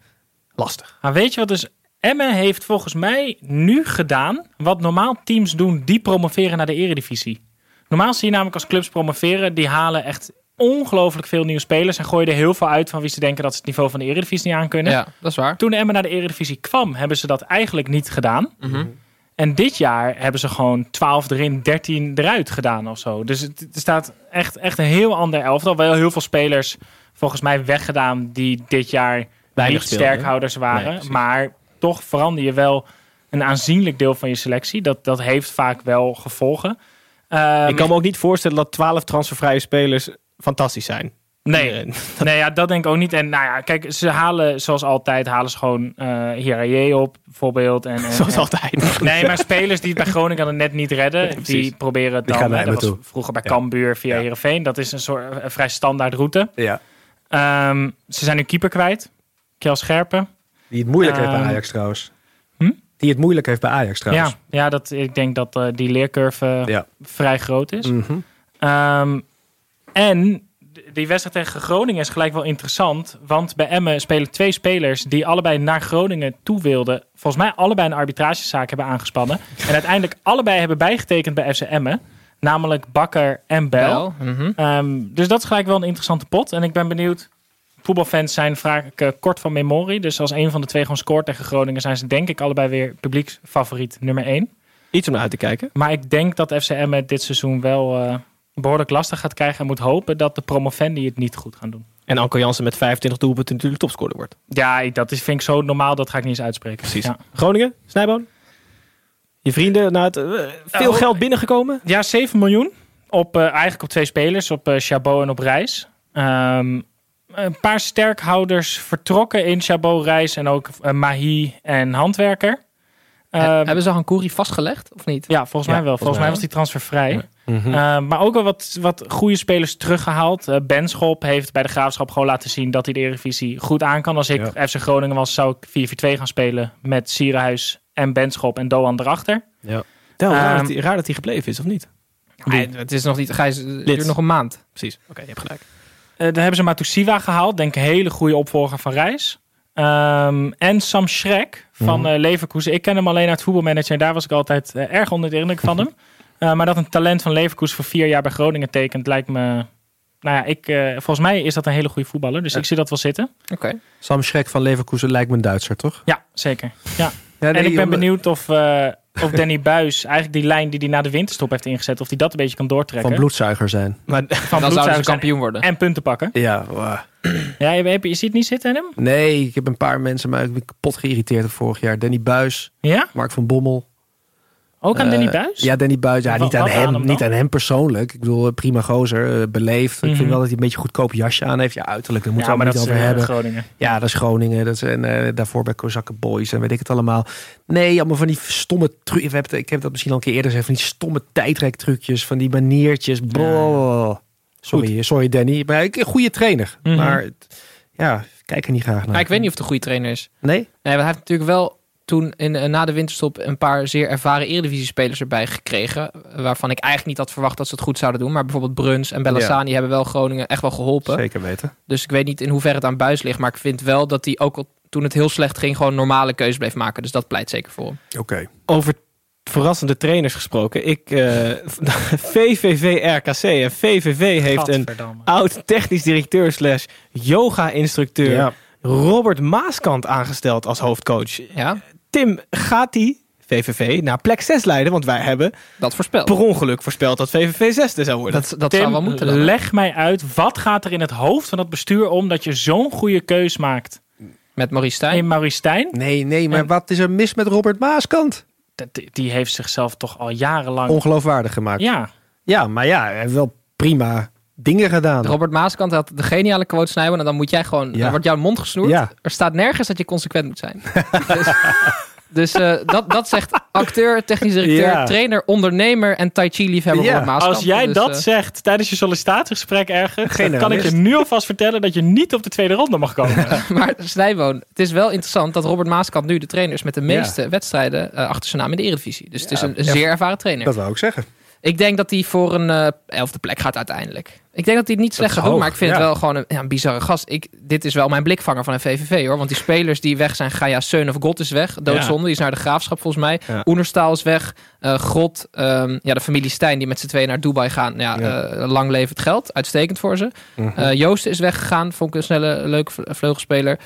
[SPEAKER 1] lastig?
[SPEAKER 6] Maar weet je wat dus... Emmen heeft volgens mij nu gedaan wat normaal teams doen die promoveren naar de eredivisie. Normaal zie je namelijk als clubs promoveren, die halen echt ongelooflijk veel nieuwe spelers en gooien er heel veel uit van wie ze denken dat ze het niveau van de eredivisie niet aan kunnen.
[SPEAKER 7] Ja, dat is waar.
[SPEAKER 6] Toen Emmen naar de eredivisie kwam, hebben ze dat eigenlijk niet gedaan.
[SPEAKER 7] Mhm.
[SPEAKER 6] En dit jaar hebben ze gewoon 12 erin, 13 eruit gedaan of zo. Dus het, er staat echt, echt een heel ander elftal. Wel heel veel spelers volgens mij weggedaan die dit jaar
[SPEAKER 1] Weinig
[SPEAKER 6] niet
[SPEAKER 1] speelden, hè?
[SPEAKER 6] sterkhouders waren.
[SPEAKER 1] Nee, precies.
[SPEAKER 6] maar toch verander je wel een aanzienlijk deel van je selectie. Dat, dat heeft vaak wel gevolgen. Ehm,
[SPEAKER 1] Ik kan me ook niet voorstellen dat 12 transfervrije spelers fantastisch zijn.
[SPEAKER 6] nee,
[SPEAKER 1] Eh,
[SPEAKER 6] nee ja, dat denk ik ook niet. En nou ja, kijk, ze halen zoals altijd halen ze gewoon eh Hiraye op, bijvoorbeeld. En, en,
[SPEAKER 1] Zoals
[SPEAKER 6] en-
[SPEAKER 1] altijd.
[SPEAKER 6] Nee, maar spelers die het bij Groningen dan net niet redden, die
[SPEAKER 1] precies.
[SPEAKER 6] proberen het
[SPEAKER 5] Die
[SPEAKER 6] dan.
[SPEAKER 5] gaan naar
[SPEAKER 6] hè, dat
[SPEAKER 5] Emmen
[SPEAKER 6] was vroeger bij Cambuur via
[SPEAKER 5] Ja.
[SPEAKER 6] Heerenveen. Dat is een soort een vrij standaard route.
[SPEAKER 5] ja.
[SPEAKER 6] Ehm, ze zijn hun keeper kwijt. Kjell Scherpen.
[SPEAKER 5] Die het moeilijk heeft bij
[SPEAKER 6] Ehm,
[SPEAKER 5] Ajax trouwens.
[SPEAKER 6] hm?
[SPEAKER 5] Die het moeilijk heeft bij Ajax trouwens.
[SPEAKER 6] Ja, ja dat, ik denk dat eh, die leercurve eh,
[SPEAKER 5] dus- Ja.
[SPEAKER 6] vrij groot is.
[SPEAKER 5] Mhm.
[SPEAKER 6] Ehm, en d- die wedstrijd tegen Groningen is gelijk wel interessant. Want bij Emmen spelen twee spelers die allebei naar Groningen toe wilden. Volgens mij allebei een arbitragezaak hebben aangespannen. En uiteindelijk allebei hebben bijgetekend bij FC Emmen. Namelijk Bakker en Bel.
[SPEAKER 7] Wel. mhm.
[SPEAKER 6] Ehm, dus dat is gelijk wel een interessante pot. En ik ben benieuwd. Voetbalfans zijn vaak eh, kort van memorie. Dus als een van de twee gewoon scoort tegen Groningen... zijn ze denk ik allebei weer publieksfavoriet nummer één.
[SPEAKER 1] Iets om naar uit te kijken.
[SPEAKER 6] Maar ik denk dat FCM het dit seizoen wel eh, behoorlijk lastig gaat krijgen. En moet hopen dat de promovendi het niet goed gaan doen.
[SPEAKER 1] En Anko Jansen met 25 doelpunten natuurlijk topscorer wordt.
[SPEAKER 6] Ja, ik- dat is, vind ik zo normaal. Dat ga ik niet eens uitspreken.
[SPEAKER 1] Precies.
[SPEAKER 6] Ja,
[SPEAKER 1] Groningen, Snijboon? Je vrienden, na het, eh, veel
[SPEAKER 6] oh,
[SPEAKER 1] geld binnengekomen?
[SPEAKER 6] ja 7 miljoen. Op, eh, eigenlijk op twee spelers. Op eh, Chabot en op Reis. Ehm, een paar sterkhouders vertrokken in Chabot, Reis en ook eh, Mahi en Handwerker.
[SPEAKER 7] He-
[SPEAKER 6] Ehm,
[SPEAKER 7] Hebben ze Hankouri vastgelegd of niet?
[SPEAKER 6] Ja, volgens
[SPEAKER 1] Ja,
[SPEAKER 6] mij wel.
[SPEAKER 1] volgens
[SPEAKER 6] Volgens
[SPEAKER 1] mij
[SPEAKER 6] mij was die transfer vrij.
[SPEAKER 5] Mhm.
[SPEAKER 6] Uh, maar ook wel wat, wat goede spelers teruggehaald. Eh, Benschop heeft bij de Graafschap gewoon laten zien dat hij de Eredivisie goed aan kan. Als ik FC Groningen was, zou ik 4-4-2 gaan spelen met Sierenhuis en Benschop en Doan erachter.
[SPEAKER 1] Tel, raar,
[SPEAKER 6] Ehm,
[SPEAKER 1] dat hij- raar dat hij gebleven is, of niet?
[SPEAKER 7] Hij- het is nog niet. Gijs, het duurt nog een maand.
[SPEAKER 1] Precies. Oké, je hebt gelijk.
[SPEAKER 6] Eh dan hebben ze Matusiwa gehaald. Denk een hele goede opvolger van Reis. Ehm, en Sam Schrek van
[SPEAKER 5] Mhm.
[SPEAKER 6] eh, Leverkusen. Ik ken hem alleen uit voetbalmanager. En daar was ik altijd eh, erg onder de indruk van hem. Eh, maar dat een talent van Leverkusen voor vier jaar bij Groningen tekent, lijkt me... Nou ja, ik, eh, volgens mij is dat een hele goede voetballer. Dus ik zie dat wel zitten.
[SPEAKER 7] Oké.
[SPEAKER 5] Sam Schrek van Leverkusen lijkt me een Duitser, toch?
[SPEAKER 6] Ja, zeker. Ja.
[SPEAKER 5] Ja,
[SPEAKER 6] en ik ben
[SPEAKER 5] omdat-
[SPEAKER 6] benieuwd of, eh, of Danny Buis eigenlijk die lijn die hij na de winterstop heeft ingezet... of hij dat een beetje kan doortrekken.
[SPEAKER 5] Van bloedzuiger zijn.
[SPEAKER 1] Maar
[SPEAKER 6] Van
[SPEAKER 7] Dan zouden ze
[SPEAKER 6] bloedzuigers en-
[SPEAKER 7] kampioen worden.
[SPEAKER 6] En punten pakken.
[SPEAKER 5] Ja, wauw.
[SPEAKER 6] Ja, je, je, je ziet niet zitten in hem?
[SPEAKER 5] nee, ik heb een paar mensen mij kapot geïrriteerd vorig jaar. Danny Buis,
[SPEAKER 6] Ja?
[SPEAKER 5] Mark van Bommel.
[SPEAKER 6] Ook aan Danny
[SPEAKER 5] Eh,
[SPEAKER 6] Buis?
[SPEAKER 5] Ja, Danny Buis. Ja,
[SPEAKER 6] Wa-
[SPEAKER 5] niet aan,
[SPEAKER 6] wat aan
[SPEAKER 5] hem,
[SPEAKER 6] hem dan?
[SPEAKER 5] niet aan hem persoonlijk. Ik bedoel, eh, prima gozer, eh, beleefd. Ik
[SPEAKER 6] Mhm.
[SPEAKER 5] vind wel dat hij een beetje een goedkoop jasje aan heeft. Ja, uiterlijk, daar moeten we het allemaal niet
[SPEAKER 6] eh,
[SPEAKER 5] over hebben.
[SPEAKER 6] Groningen.
[SPEAKER 5] Ja, dat is Groningen. Dat zijn eh, daarvoor bij Kozakken Boys en weet ik het allemaal. Nee, allemaal van die stomme trucjes. Ik heb dat misschien al een keer eerder gezegd. Van die stomme tijdrektrucjes, van die maniertjes. Bro. Sorry, sorry Danny. Maar ik een goede trainer.
[SPEAKER 6] Mhm.
[SPEAKER 5] Maar het- ja, ik kijk er niet graag naar.
[SPEAKER 7] Maar ik weet niet of het een goede trainer is.
[SPEAKER 5] Nee?
[SPEAKER 7] Nee, want hij heeft natuurlijk wel toen in, eh, na de winterstop een paar zeer ervaren Eredivisie-spelers erbij gekregen. Waarvan ik eigenlijk niet had verwacht dat ze het goed zouden doen. Maar bijvoorbeeld Bruns en Bellassani hebben wel Groningen echt wel geholpen.
[SPEAKER 5] Zeker weten.
[SPEAKER 7] Dus ik weet niet in hoeverre het aan Buis ligt. Maar ik vind wel dat hij ook al toen het heel slecht ging gewoon normale keuzes bleef maken. Dus dat pleit zeker voor hem.
[SPEAKER 5] Oké.
[SPEAKER 1] over verrassende trainers gesproken. Ik, eh, VVV RKC en VVV heeft een
[SPEAKER 6] Gadverdamme.
[SPEAKER 1] oud technisch directeur slash yoga instructeur
[SPEAKER 5] Ja.
[SPEAKER 1] Robert Maaskant aangesteld als hoofdcoach.
[SPEAKER 7] Ja,
[SPEAKER 1] Tim, gaat die VVV naar plek 6 leiden? Want wij hebben
[SPEAKER 7] dat voorspelt.
[SPEAKER 1] per ongeluk voorspeld dat VVV zesde zou worden.
[SPEAKER 7] Dat, dat zou
[SPEAKER 6] Tim,
[SPEAKER 7] wel moeten dan.
[SPEAKER 6] leg mij uit, wat gaat er in het hoofd van dat bestuur om dat je zo'n goede keus maakt
[SPEAKER 7] Met Maurice Stijn.
[SPEAKER 6] in Maurice Stijn?
[SPEAKER 5] Nee, nee, maar
[SPEAKER 6] En-
[SPEAKER 5] wat is er mis met Robert Maaskant?
[SPEAKER 6] dat- Die heeft zichzelf toch al jarenlang...
[SPEAKER 5] Ongeloofwaardig gemaakt. Ja,
[SPEAKER 6] ja,
[SPEAKER 5] maar ja, hij heeft wel prima dingen gedaan.
[SPEAKER 7] Robert Maaskant had de geniale quote snijden. En dan moet jij gewoon,
[SPEAKER 5] Ja.
[SPEAKER 7] dan wordt jouw mond gesnoerd.
[SPEAKER 5] Ja.
[SPEAKER 7] Er staat nergens dat je consequent moet zijn. Dus- Dus eh, dat, dat zegt acteur, technisch directeur,
[SPEAKER 6] Ja.
[SPEAKER 7] trainer, ondernemer en Tai Chi liefhebber
[SPEAKER 5] Ja.
[SPEAKER 7] Robert Maaskant.
[SPEAKER 6] Als jij
[SPEAKER 7] Dus,
[SPEAKER 6] dat
[SPEAKER 7] eh,
[SPEAKER 6] zegt tijdens je sollicitatiegesprek ergens, dan kan ik je
[SPEAKER 5] Generalist.
[SPEAKER 6] nu alvast vertellen dat je niet op de tweede ronde mag komen.
[SPEAKER 7] maar Snijboon, het is wel interessant dat Robert Maaskant nu de trainer is met de meeste wedstrijden eh, achter zijn naam in de Eredivisie. Dus het is een, een zeer ervaren trainer.
[SPEAKER 5] Dat wou ik zeggen.
[SPEAKER 7] Ik denk dat hij voor een eh, elfde plek gaat uiteindelijk. Ik denk dat hij het niet slecht
[SPEAKER 5] is
[SPEAKER 7] gaat doen,
[SPEAKER 5] hoog,
[SPEAKER 7] maar ik vind
[SPEAKER 5] ja.
[SPEAKER 7] het wel gewoon een, ja, een bizarre gast. Ik, dit is wel mijn blikvanger van een VVV hoor. Want die spelers die weg zijn, Gaia Seun of God is weg. Doodzonde, die is naar de graafschap volgens mij.
[SPEAKER 5] Ja.
[SPEAKER 7] Oenerstaal is weg. Eh Grot, ehm, ja, de familie Stijn die met z'n tweeën naar Dubai gaan. Ja,
[SPEAKER 5] Ja. Mhm.
[SPEAKER 7] eh, lang levend geld, uitstekend voor ze. Eh, Joost is weggegaan, vond ik een snelle, leuke vle- vleugelspeler.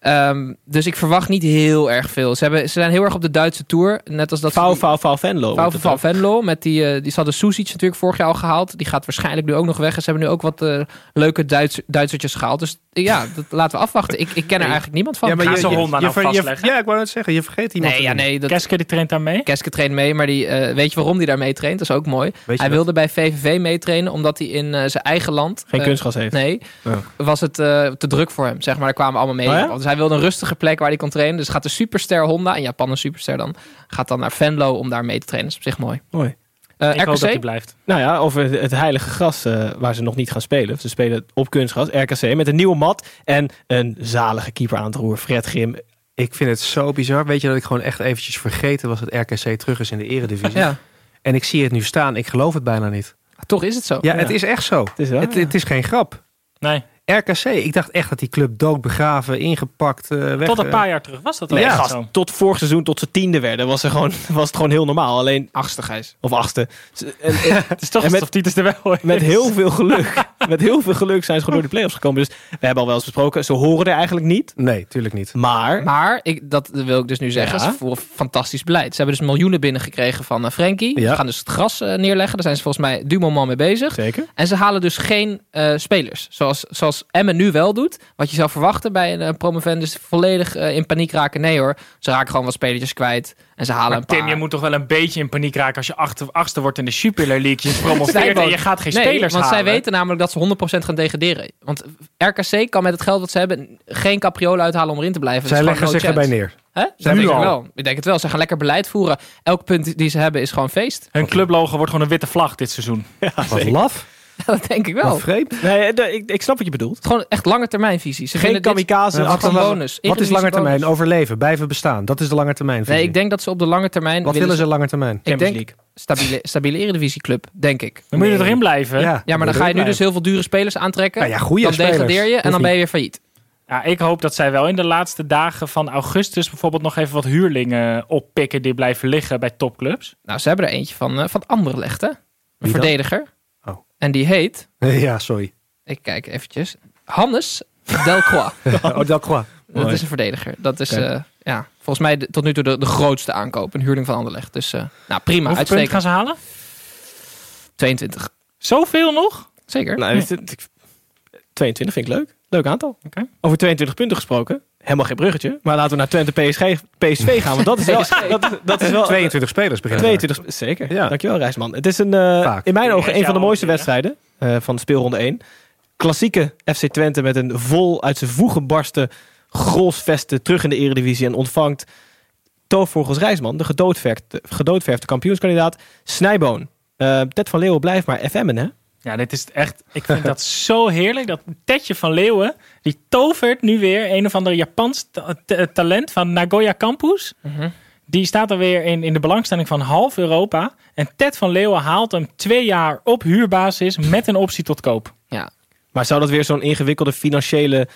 [SPEAKER 7] Ehm, dus ik verwacht niet heel erg veel. Ze, hebben, ze zijn heel erg op de Duitse tour. Net als dat ze
[SPEAKER 1] Vouw,
[SPEAKER 7] die-
[SPEAKER 1] vouw, vouw, Venlo. wordt
[SPEAKER 7] Pauw
[SPEAKER 1] het
[SPEAKER 7] van
[SPEAKER 1] ook.
[SPEAKER 7] Venlo. Met die, eh, die ze hadden Susic natuurlijk vorig jaar al gehaald. Die gaat waarschijnlijk nu ook nog weg. En ze hebben nu ook wat eh, leuke Duits, Duitsertjes gehaald. Dus eh, ja, dat laten we afwachten. Ik, ik ken er eigenlijk niemand van.
[SPEAKER 6] maar Gaan ze Honda nou
[SPEAKER 5] ver-
[SPEAKER 6] vastleggen?
[SPEAKER 5] ja, ik wou net zeggen, je vergeet iemand.
[SPEAKER 7] nee,
[SPEAKER 5] te
[SPEAKER 7] ja,
[SPEAKER 5] noemen.
[SPEAKER 7] nee. Dat,
[SPEAKER 6] Keske die traint daar mee.
[SPEAKER 7] Keske traint mee, maar die, eh, weet je waarom die daar mee traint? Dat is ook mooi.
[SPEAKER 5] Weet je
[SPEAKER 7] Hij
[SPEAKER 5] dat?
[SPEAKER 7] wilde bij VVV meetrainen, omdat hij in eh, zijn eigen land...
[SPEAKER 1] Geen
[SPEAKER 7] eh,
[SPEAKER 1] kunstgas heeft.
[SPEAKER 7] Nee,
[SPEAKER 5] Ja.
[SPEAKER 7] was het eh, te druk voor hem, zeg maar. Daar kwamen allemaal mee.
[SPEAKER 1] Oh ja?
[SPEAKER 7] Dus hij wilde een rustige plek waar hij kon trainen. Dus gaat de superster Honda, in Japan een superster dan, gaat dan naar Venlo om daar mee te trainen. Dat is op zich mooi.
[SPEAKER 1] Mooi.
[SPEAKER 7] Eh,
[SPEAKER 6] ik hoop
[SPEAKER 7] RKC?
[SPEAKER 6] dat hij blijft.
[SPEAKER 1] Nou ja, over het heilige gras eh, waar ze nog niet gaan spelen. Ze spelen op kunstgras, RKC, met een nieuwe mat en een zalige keeper aan het roer, Fred Grim.
[SPEAKER 5] Ik vind het zo bizar. Weet je dat ik gewoon echt eventjes vergeten was dat RKC terug is in de eredivisie?
[SPEAKER 7] Ja,
[SPEAKER 5] En ik zie het nu staan. Ik geloof het bijna niet.
[SPEAKER 7] toch is het zo.
[SPEAKER 5] Ja, het is echt zo.
[SPEAKER 1] Het is wel,
[SPEAKER 5] het,
[SPEAKER 1] ja.
[SPEAKER 5] het is geen grap.
[SPEAKER 6] Nee,
[SPEAKER 5] RKC, ik dacht echt dat die club dood begraven, ingepakt, eh, weg.
[SPEAKER 6] tot een
[SPEAKER 5] eh,
[SPEAKER 6] paar jaar terug was dat al
[SPEAKER 1] Nee,
[SPEAKER 6] echt
[SPEAKER 1] gast,
[SPEAKER 6] zo.
[SPEAKER 1] tot vorig seizoen, tot ze tiende werden, was, er gewoon, was het gewoon heel normaal. Alleen,
[SPEAKER 7] Achtste, Gijs.
[SPEAKER 1] of achtste. Ze- en- en
[SPEAKER 6] Het is toch
[SPEAKER 1] En met-
[SPEAKER 6] alsof Titus er wel is.
[SPEAKER 1] met heel veel geluk. Met heel veel geluk zijn ze gewoon door de play-offs gekomen. Dus we hebben al wel eens besproken, ze horen er eigenlijk niet.
[SPEAKER 5] Nee, tuurlijk niet.
[SPEAKER 1] Maar,
[SPEAKER 7] Maar, ik, dat wil ik dus nu zeggen,
[SPEAKER 1] Ja.
[SPEAKER 7] ze voeren fantastisch beleid. Ze hebben dus miljoenen binnengekregen van eh, Frenkie.
[SPEAKER 5] Ja.
[SPEAKER 7] Ze gaan dus het gras eh, neerleggen. Daar zijn ze volgens mij du moment mee bezig.
[SPEAKER 1] zeker.
[SPEAKER 7] En ze halen dus geen eh, spelers. Zoals, zoals Emmen nu wel doet. Wat je zou verwachten bij een eh, promovendus. Volledig eh, in paniek raken. Nee hoor. Ze raken gewoon wat spelletjes kwijt. En ze halen
[SPEAKER 6] Maar
[SPEAKER 7] een paar.
[SPEAKER 6] Tim, je moet toch wel een beetje in paniek raken als je achter, achtste wordt in de Super League. Je promoveert
[SPEAKER 7] Snijboon.
[SPEAKER 6] en je gaat geen
[SPEAKER 7] Nee,
[SPEAKER 6] spelers
[SPEAKER 7] want
[SPEAKER 6] halen.
[SPEAKER 7] zij weten namelijk dat ze 100% gaan degraderen. Want RKC kan met het geld wat ze hebben geen capriolen uithalen om erin te blijven.
[SPEAKER 5] Zij
[SPEAKER 7] Dat is
[SPEAKER 5] leggen
[SPEAKER 7] gewoon
[SPEAKER 5] zich
[SPEAKER 7] no
[SPEAKER 5] erbij
[SPEAKER 7] chance.
[SPEAKER 5] neer.
[SPEAKER 7] Hè?
[SPEAKER 5] Zijn
[SPEAKER 7] Dat
[SPEAKER 5] we
[SPEAKER 7] denk ik
[SPEAKER 5] al?
[SPEAKER 7] wel. Ik denk het wel. Ze gaan lekker beleid voeren. Elk punt die ze hebben is gewoon feest.
[SPEAKER 6] Hun clublogo wordt gewoon een witte vlag dit seizoen.
[SPEAKER 5] Wat laf,
[SPEAKER 7] dat denk ik Ah, wel.
[SPEAKER 5] wat
[SPEAKER 7] Het
[SPEAKER 5] vreemd.
[SPEAKER 1] Nee, de- ik, ik snap wat je bedoelt.
[SPEAKER 7] is gewoon echt lange termijn visie. Ze
[SPEAKER 1] Geen
[SPEAKER 7] vinden dit-
[SPEAKER 1] kamikaze.
[SPEAKER 7] Ja, wat
[SPEAKER 1] achter-
[SPEAKER 7] dan wel? bonus.
[SPEAKER 5] Wat is
[SPEAKER 7] Eredivisie
[SPEAKER 5] lange termijn?
[SPEAKER 7] bonus.
[SPEAKER 5] Overleven, blijven bestaan. Dat is de lange termijn.
[SPEAKER 7] Nee,
[SPEAKER 5] visie.
[SPEAKER 7] ik denk dat ze op de lange termijn
[SPEAKER 5] Wat willen ze lange termijn?
[SPEAKER 7] Ik
[SPEAKER 1] Champions
[SPEAKER 7] denk stabiele, stabiele eredivisieclub, denk ik.
[SPEAKER 6] Dan moet je erin blijven. Ja.
[SPEAKER 7] Ja, maar dan ga je nu dus
[SPEAKER 5] blijven.
[SPEAKER 7] heel veel dure spelers aantrekken.
[SPEAKER 5] Nou ja, goeie
[SPEAKER 7] dan
[SPEAKER 5] spelers.
[SPEAKER 7] degradeer je en
[SPEAKER 5] Hoeft
[SPEAKER 7] dan ben je weer failliet.
[SPEAKER 6] ik hoop dat zij wel in de laatste dagen van augustus bijvoorbeeld nog even wat huurlingen oppikken die blijven liggen bij topclubs.
[SPEAKER 7] Nou, ze hebben er eentje van, eh, van Anderlecht, hè? Een
[SPEAKER 5] dan?
[SPEAKER 7] verdediger.
[SPEAKER 5] Oh.
[SPEAKER 7] En die heet,
[SPEAKER 5] Ja, sorry.
[SPEAKER 7] ik kijk eventjes, Hannes Delcroix.
[SPEAKER 5] Oh, Delcroix.
[SPEAKER 7] dat is een verdediger. Dat is,
[SPEAKER 5] Kijk.
[SPEAKER 7] eh, ja, volgens mij de- tot nu toe de, de grootste aankoop. Een huurling van Anderlecht. Dus, eh, nou prima,
[SPEAKER 6] Hoeveel punten
[SPEAKER 7] uitstekend.
[SPEAKER 6] gaan ze halen?
[SPEAKER 7] 22,
[SPEAKER 6] Zoveel nog?
[SPEAKER 7] zeker.
[SPEAKER 1] Nou, dit- dit- 22 vind ik leuk. Leuk aantal.
[SPEAKER 6] Oké.
[SPEAKER 1] Over 22 punten gesproken. Helemaal geen bruggetje. Maar laten we naar Twente PSG, PSV gaan. Want dat is wel... dat, is- dat
[SPEAKER 7] Oh.
[SPEAKER 1] is wel
[SPEAKER 5] 22 spelers beginnen.
[SPEAKER 1] 22, zeker.
[SPEAKER 5] Ja.
[SPEAKER 1] Dankjewel, Rijsman. Het is een, eh,
[SPEAKER 5] Vaak.
[SPEAKER 1] in mijn
[SPEAKER 6] Die
[SPEAKER 1] ogen
[SPEAKER 6] heeft
[SPEAKER 1] een van de
[SPEAKER 6] jou
[SPEAKER 1] mooiste
[SPEAKER 6] ook weer, hè?
[SPEAKER 1] wedstrijden eh, van speelronde 1. Klassieke FC Twente met een vol uit zijn voegen barsten grosvesten terug in de eredivisie. En ontvangt Toofvogels Rijsman, de gedoodverfde, gedoodverfde kampioenskandidaat. Snijboon. Eh, Ted van Leeuwen blijft maar FM'en, hè?
[SPEAKER 6] Ja, dit is echt. Ik vind dat zo heerlijk. Dat Tetje van Leeuwen. Die tovert nu weer een of ander Japans ta- ta- talent van Nagoya Campus.
[SPEAKER 7] Mhm.
[SPEAKER 6] Die staat alweer in, in de belangstelling van half Europa. En Ted van Leeuwen haalt hem twee jaar op huurbasis met een optie tot koop.
[SPEAKER 1] Maar zou dat weer zo'n ingewikkelde financiële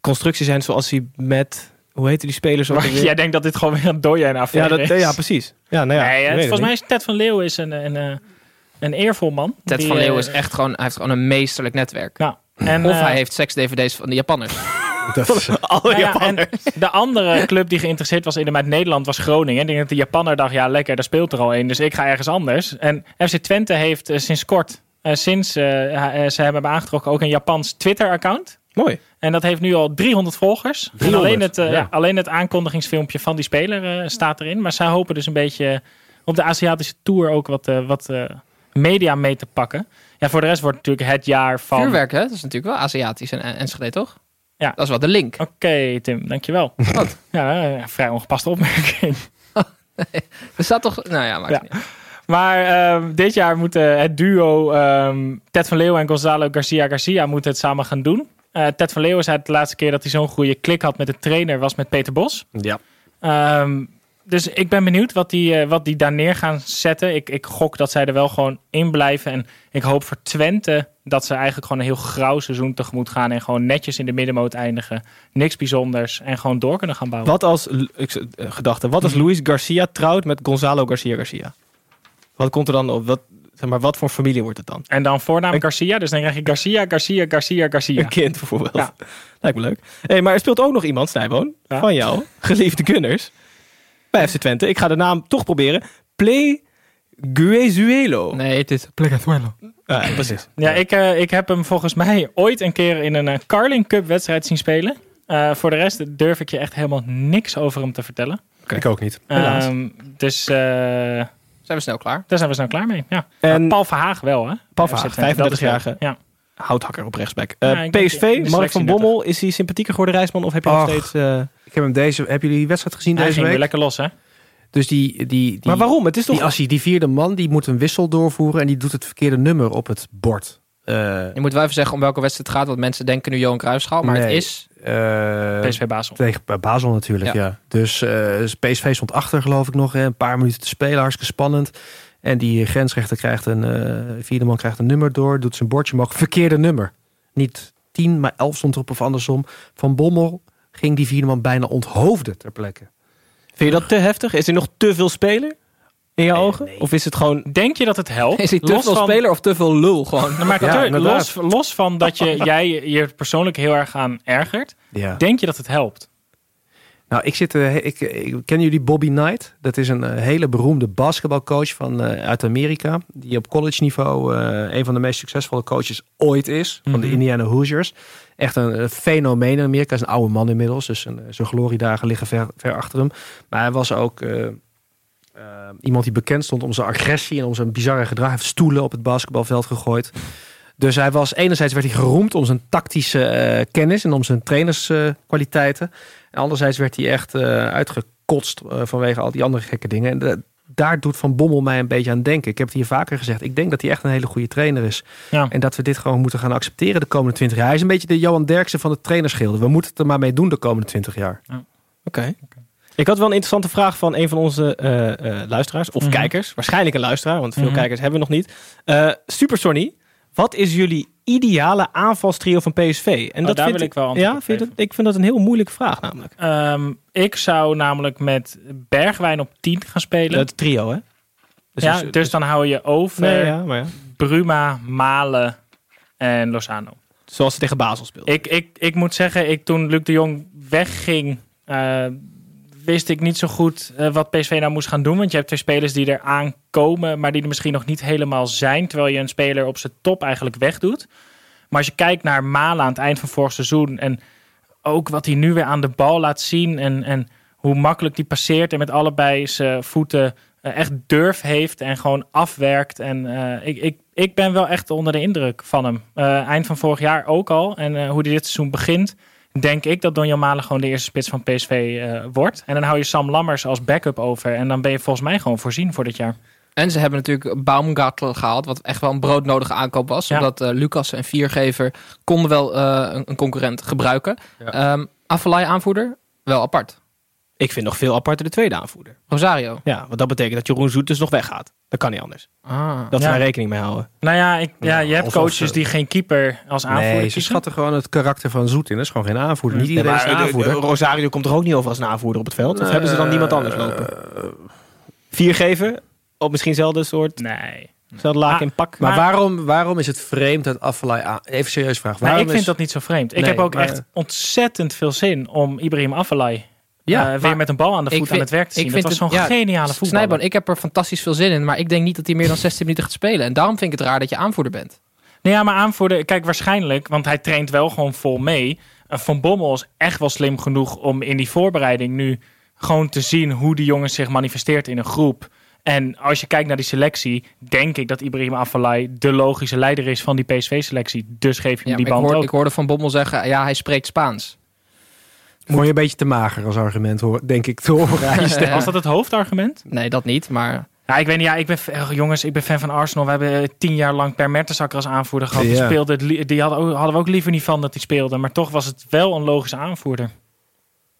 [SPEAKER 1] constructie zijn zoals hij met... Hoe heette die spelers ook
[SPEAKER 6] Maar
[SPEAKER 1] alweer?
[SPEAKER 6] jij denkt dat dit gewoon weer een dooie en
[SPEAKER 1] ja,
[SPEAKER 6] affaire
[SPEAKER 1] dat,
[SPEAKER 6] is.
[SPEAKER 1] ja, precies. Ja, nou ja,
[SPEAKER 6] nee,
[SPEAKER 1] ik
[SPEAKER 6] eh,
[SPEAKER 1] weet het niet.
[SPEAKER 6] volgens mij is Ted van Leeuwen is een, een, eh, een eervol man.
[SPEAKER 7] Ted
[SPEAKER 6] Die,
[SPEAKER 7] van Leeuwen is
[SPEAKER 6] eh,
[SPEAKER 7] echt gewoon, hij heeft gewoon een meesterlijk netwerk.
[SPEAKER 6] Nou, en,
[SPEAKER 7] Of
[SPEAKER 6] eh,
[SPEAKER 7] hij heeft Oh, seks-dvd's van de Japanners.
[SPEAKER 1] Alle
[SPEAKER 6] Nou ja,
[SPEAKER 1] Japanners.
[SPEAKER 6] en de andere club die geïnteresseerd was in hem uit Nederland was Groningen. Ik denk dat de Japanner dacht, ja lekker, daar speelt er al een. Dus ik ga ergens anders. En FC Twente heeft eh, sinds kort, eh, sinds eh, ha- eh, ze hebben hem aangetrokken, ook een Japans Twitter-account.
[SPEAKER 1] Mooi.
[SPEAKER 6] En dat heeft nu al 300 volgers. En
[SPEAKER 1] 300,
[SPEAKER 6] alleen het, eh,
[SPEAKER 1] ja.
[SPEAKER 6] ja, alleen het aankondigingsfilmpje van die speler eh, staat erin. Maar zij hopen dus een beetje op de Aziatische Tour ook wat, eh, wat eh, media mee te pakken. Ja, voor de rest wordt het natuurlijk het jaar van...
[SPEAKER 7] Vuurwerk, hè? Dat is natuurlijk wel Aziatisch en en Enschede, toch?
[SPEAKER 6] Ja.
[SPEAKER 7] Dat is wel de link.
[SPEAKER 6] Oké, Tim, dankjewel. Ja, eh, vrij ongepaste opmerking.
[SPEAKER 7] Er staat toch... Nou ja, maakt
[SPEAKER 6] Ja.
[SPEAKER 7] niet uit.
[SPEAKER 6] Maar ehm, dit jaar moeten het duo ehm, Ted van Leeuwen en Gonzalo Garcia Garcia moeten het samen gaan doen. Eh, Ted van Leeuwen zei het de laatste keer dat hij zo'n goede klik had met de trainer was met Peter Bos.
[SPEAKER 5] Ja.
[SPEAKER 6] Ehm, dus ik ben benieuwd wat die, eh, wat die daar neer gaan zetten. Ik, ik gok dat zij er wel gewoon in blijven. En ik hoop voor Twente dat ze eigenlijk gewoon een heel grauw seizoen tegemoet gaan. En gewoon netjes in de middenmoot eindigen. Niks bijzonders. En gewoon door kunnen gaan bouwen.
[SPEAKER 1] Oh. Wat als, ik, eh, gedachte, wat
[SPEAKER 6] Mhm.
[SPEAKER 1] als Luis Garcia trouwt met Gonzalo Garcia Garcia? Wat komt er dan op? Wat, zeg maar, wat voor familie wordt het dan?
[SPEAKER 6] En dan voornaam
[SPEAKER 1] Ik-
[SPEAKER 6] Garcia. Dus dan krijg je Garcia, Garcia, Garcia, Garcia.
[SPEAKER 1] Een kind bijvoorbeeld.
[SPEAKER 6] Ja.
[SPEAKER 1] Lijkt me leuk. Hey, maar er speelt ook nog iemand, Snijboon,
[SPEAKER 6] Ja.
[SPEAKER 1] van jou, geliefde Gunners, bij FC Twente. Ik ga de naam toch proberen. Play Guezuelo.
[SPEAKER 7] Nee, het is...
[SPEAKER 1] Ah, ja, precies.
[SPEAKER 6] Ja, ik, eh, ik heb hem volgens mij ooit een keer in een eh, Carling Cup wedstrijd zien spelen. Eh, voor de rest durf ik je echt helemaal niks over hem te vertellen.
[SPEAKER 5] Ik ook niet.
[SPEAKER 1] Helaas.
[SPEAKER 6] Ehm, dus eh,
[SPEAKER 7] Zijn we snel klaar?
[SPEAKER 6] daar zijn we snel klaar mee. Ja.
[SPEAKER 1] En-
[SPEAKER 6] Maar Paul Verhaag wel, hè?
[SPEAKER 1] Paul
[SPEAKER 6] Ja,
[SPEAKER 1] Verhaag,
[SPEAKER 6] FC Twente, dat is
[SPEAKER 1] 35-jarige.
[SPEAKER 6] wel- Ja.
[SPEAKER 1] Houthakker op rechtsback.
[SPEAKER 6] Ja,
[SPEAKER 1] Eh,
[SPEAKER 6] ik denk, ja,
[SPEAKER 1] PSV,
[SPEAKER 6] de
[SPEAKER 1] Mark
[SPEAKER 6] selectie
[SPEAKER 1] van Bommel. Is hij sympathieker geworden reisman? Of heb je nog
[SPEAKER 5] Och.
[SPEAKER 1] steeds... eh,
[SPEAKER 5] Ik heb hem deze... Hebben jullie die wedstrijd gezien
[SPEAKER 6] Hij
[SPEAKER 5] deze
[SPEAKER 6] ging weer
[SPEAKER 5] week?
[SPEAKER 6] lekker los, hè?
[SPEAKER 5] Dus die, die, die,
[SPEAKER 1] Maar waarom? Het is toch...
[SPEAKER 5] Die, als die, die vierde man, die moet een wissel doorvoeren en die doet het verkeerde nummer op het bord. Eh,
[SPEAKER 7] Je moet wel even zeggen om welke wedstrijd het gaat. Want mensen denken nu Johan Cruijffschaal. Maar het
[SPEAKER 5] Nee.
[SPEAKER 7] is...
[SPEAKER 5] eh,
[SPEAKER 6] PSV Basel.
[SPEAKER 5] tegen Ba- Basel natuurlijk,
[SPEAKER 7] Ja.
[SPEAKER 5] ja. Dus eh, PSV stond achter, geloof ik nog, hè, een paar minuten te spelen. Hartstikke spannend. En die grensrechter krijgt een, eh, vierde man krijgt een nummer door, doet zijn bordje omhoog. Verkeerde nummer. Niet tien, maar elf stond erop of andersom. Van Bommel ging die vierde man bijna onthoofden ter plekke.
[SPEAKER 1] Vind je dat te heftig? Is er nog te veel speler in je ogen? Of is het gewoon...
[SPEAKER 6] Denk je dat het helpt?
[SPEAKER 7] Is hij te
[SPEAKER 6] Los
[SPEAKER 7] veel
[SPEAKER 6] van-
[SPEAKER 7] speler of te veel lul gewoon?
[SPEAKER 6] Nou, Maar
[SPEAKER 5] Ja,
[SPEAKER 6] natuurlijk, los,
[SPEAKER 5] inderdaad.
[SPEAKER 6] los van dat je, jij je er persoonlijk heel erg aan ergert,
[SPEAKER 5] Ja.
[SPEAKER 6] denk je dat het helpt?
[SPEAKER 5] Nou, ik zit. eh, ik, ik, kennen jullie Bobby Knight? Dat is een eh, hele beroemde basketbalcoach van, eh, uit Amerika. Die op college niveau eh, een van de meest succesvolle coaches ooit is. Van de
[SPEAKER 6] Mhm.
[SPEAKER 5] Indiana Hoosiers. Echt een, eh, fenomeen in Amerika. Hij is een oude man inmiddels. Dus een, zijn gloriedagen liggen ver, ver achter hem. Maar hij was ook. eh, eh, iemand die bekend stond om zijn agressie en om zijn bizarre gedrag. Hij heeft stoelen op het basketbalveld gegooid. Dus hij was enerzijds werd hij geroemd om zijn tactische eh, kennis en om zijn trainerskwaliteiten. En anderzijds werd hij echt eh, uitgekotst eh, vanwege al die andere gekke dingen. En da- daar doet Van Bommel mij een beetje aan denken. Ik heb het hier vaker gezegd. Ik denk dat hij echt een hele goede trainer is.
[SPEAKER 6] Ja.
[SPEAKER 5] En dat we dit gewoon moeten gaan accepteren de komende 20 jaar. Hij is een beetje de Johan Derksen van het trainerschilde. We moeten het er maar mee doen de komende 20 jaar.
[SPEAKER 1] Oké. Ik had wel een interessante vraag van een van onze eh, eh, luisteraars. Of
[SPEAKER 6] Mhm.
[SPEAKER 1] kijkers. Waarschijnlijk een luisteraar, want veel
[SPEAKER 6] Mhm.
[SPEAKER 1] kijkers hebben we nog niet. Eh, Super Sonny, wat is jullie ideale aanvalstrio van PSV? En
[SPEAKER 6] Oh, daar
[SPEAKER 1] vind
[SPEAKER 6] wil ik wel antwoord
[SPEAKER 1] ja,
[SPEAKER 6] op
[SPEAKER 1] vind je
[SPEAKER 6] geven.
[SPEAKER 1] dat, ik vind dat een heel moeilijke vraag namelijk.
[SPEAKER 6] Ehm, ik zou namelijk met Bergwijn op 10 gaan spelen.
[SPEAKER 1] Het trio, hè?
[SPEAKER 6] ja,
[SPEAKER 1] als
[SPEAKER 6] dus,
[SPEAKER 1] je-
[SPEAKER 6] dan hou je over
[SPEAKER 1] Nee, ja, maar ja.
[SPEAKER 6] Bruma, Malen en Lozano.
[SPEAKER 1] Zoals ze tegen Basel speelt.
[SPEAKER 6] Ik, ik, ik moet zeggen, ik, toen Luc de Jong wegging, eh, wist ik niet zo goed eh, wat PSV nou moest gaan doen. Want je hebt twee spelers die er aankomen, maar die er misschien nog niet helemaal zijn. Terwijl je een speler op zijn top eigenlijk wegdoet. Maar als je kijkt naar Malen aan het eind van vorig seizoen en ook wat hij nu weer aan de bal laat zien en, en hoe makkelijk die passeert en met allebei zijn voeten eh, echt durf heeft en gewoon afwerkt. En eh, ik, ik, ik ben wel echt onder de indruk van hem. Eh, eind van vorig jaar ook al. En eh, hoe hij dit seizoen begint, denk ik dat Donjan Malen gewoon de eerste spits van PSV eh, wordt. En dan hou je Sam Lammers als backup over. En dan ben je volgens mij gewoon voorzien voor dit jaar.
[SPEAKER 7] En ze hebben natuurlijk Baumgartel gehaald, wat echt wel een broodnodige aankoop was.
[SPEAKER 6] Ja.
[SPEAKER 7] Omdat eh, Lucas en Viergever konden wel eh, een, een concurrent gebruiken. Ehm Afelay aanvoerder, wel apart.
[SPEAKER 1] Ik vind nog veel aparter de tweede aanvoerder.
[SPEAKER 7] Rosario.
[SPEAKER 1] Ja, want dat betekent dat Jeroen Zoet dus nog weggaat. Dat kan niet anders.
[SPEAKER 7] Ah.
[SPEAKER 1] Dat we
[SPEAKER 6] Ja.
[SPEAKER 1] daar rekening mee houden.
[SPEAKER 6] Nou ja, ik, ja je hebt
[SPEAKER 5] of als
[SPEAKER 6] coaches
[SPEAKER 5] ze-
[SPEAKER 6] die geen keeper als aanvoerder
[SPEAKER 5] eh, Nee, ze
[SPEAKER 6] kiezen.
[SPEAKER 5] schatten gewoon het karakter van Zoet in. Dat is gewoon geen aanvoerder. Niet iedereen is een
[SPEAKER 1] eh,
[SPEAKER 5] aanvoerder.
[SPEAKER 1] Rosario komt er ook niet over als een aanvoerder op het veld? Of
[SPEAKER 5] Nee.
[SPEAKER 1] hebben ze dan niemand anders lopen? Viergever? Op misschien zelfde soort
[SPEAKER 6] Nee.
[SPEAKER 1] Zal laak
[SPEAKER 6] Ah,
[SPEAKER 1] in pak.
[SPEAKER 5] Maar,
[SPEAKER 6] Maar-
[SPEAKER 5] waarom, waarom is het vreemd dat Affalay aan... Even serieus vraag.
[SPEAKER 6] Maar
[SPEAKER 5] Waarom
[SPEAKER 6] Nou, ik vind
[SPEAKER 5] is...
[SPEAKER 6] dat niet zo vreemd. Ik
[SPEAKER 5] Nee,
[SPEAKER 6] heb ook
[SPEAKER 5] maar-
[SPEAKER 6] echt ontzettend veel zin om Ibrahim Afellay
[SPEAKER 5] Ja,
[SPEAKER 6] eh, weer
[SPEAKER 7] maar-
[SPEAKER 6] met een bal aan de
[SPEAKER 7] ik
[SPEAKER 6] voet aan
[SPEAKER 7] vind-
[SPEAKER 6] het werk te zien.
[SPEAKER 7] ik
[SPEAKER 6] dat was
[SPEAKER 7] vind
[SPEAKER 6] zo'n
[SPEAKER 7] het- ja,
[SPEAKER 6] geniale voetbal.
[SPEAKER 7] Snijboon, ik heb er fantastisch veel zin in, maar ik denk niet dat hij meer dan 16 minuten gaat spelen. En daarom vind ik het raar dat je aanvoerder bent.
[SPEAKER 6] Nee, ja, maar aanvoerder, kijk, waarschijnlijk, want hij traint wel gewoon vol mee. Eh, Van Bommel is echt wel slim genoeg om in die voorbereiding nu gewoon te zien hoe die jongen zich manifesteert in een groep. En als je kijkt naar die selectie, denk ik dat Ibrahim Afellay de logische leider is van die PSV-selectie. Dus geef je hem
[SPEAKER 7] Ja,
[SPEAKER 6] die
[SPEAKER 7] maar ik,
[SPEAKER 6] band
[SPEAKER 7] hoor-
[SPEAKER 6] ook.
[SPEAKER 7] ik hoorde Van Bommel zeggen, ja, hij spreekt Spaans.
[SPEAKER 5] Moet je een beetje te mager als argument, hoor, denk ik, te horen.
[SPEAKER 7] Eh,
[SPEAKER 6] Was dat het hoofdargument?
[SPEAKER 7] nee, dat niet, maar...
[SPEAKER 6] Ja, ik weet niet. Ja, ik ben, f- eh, jongens, ik ben fan van Arsenal. We hebben eh, tien jaar lang Per Mertensacker als aanvoerder gehad. Die,
[SPEAKER 5] Ja.
[SPEAKER 6] speelde het li- die hadden, ook- hadden we ook liever niet van dat hij speelde. Maar toch was het wel een logische aanvoerder.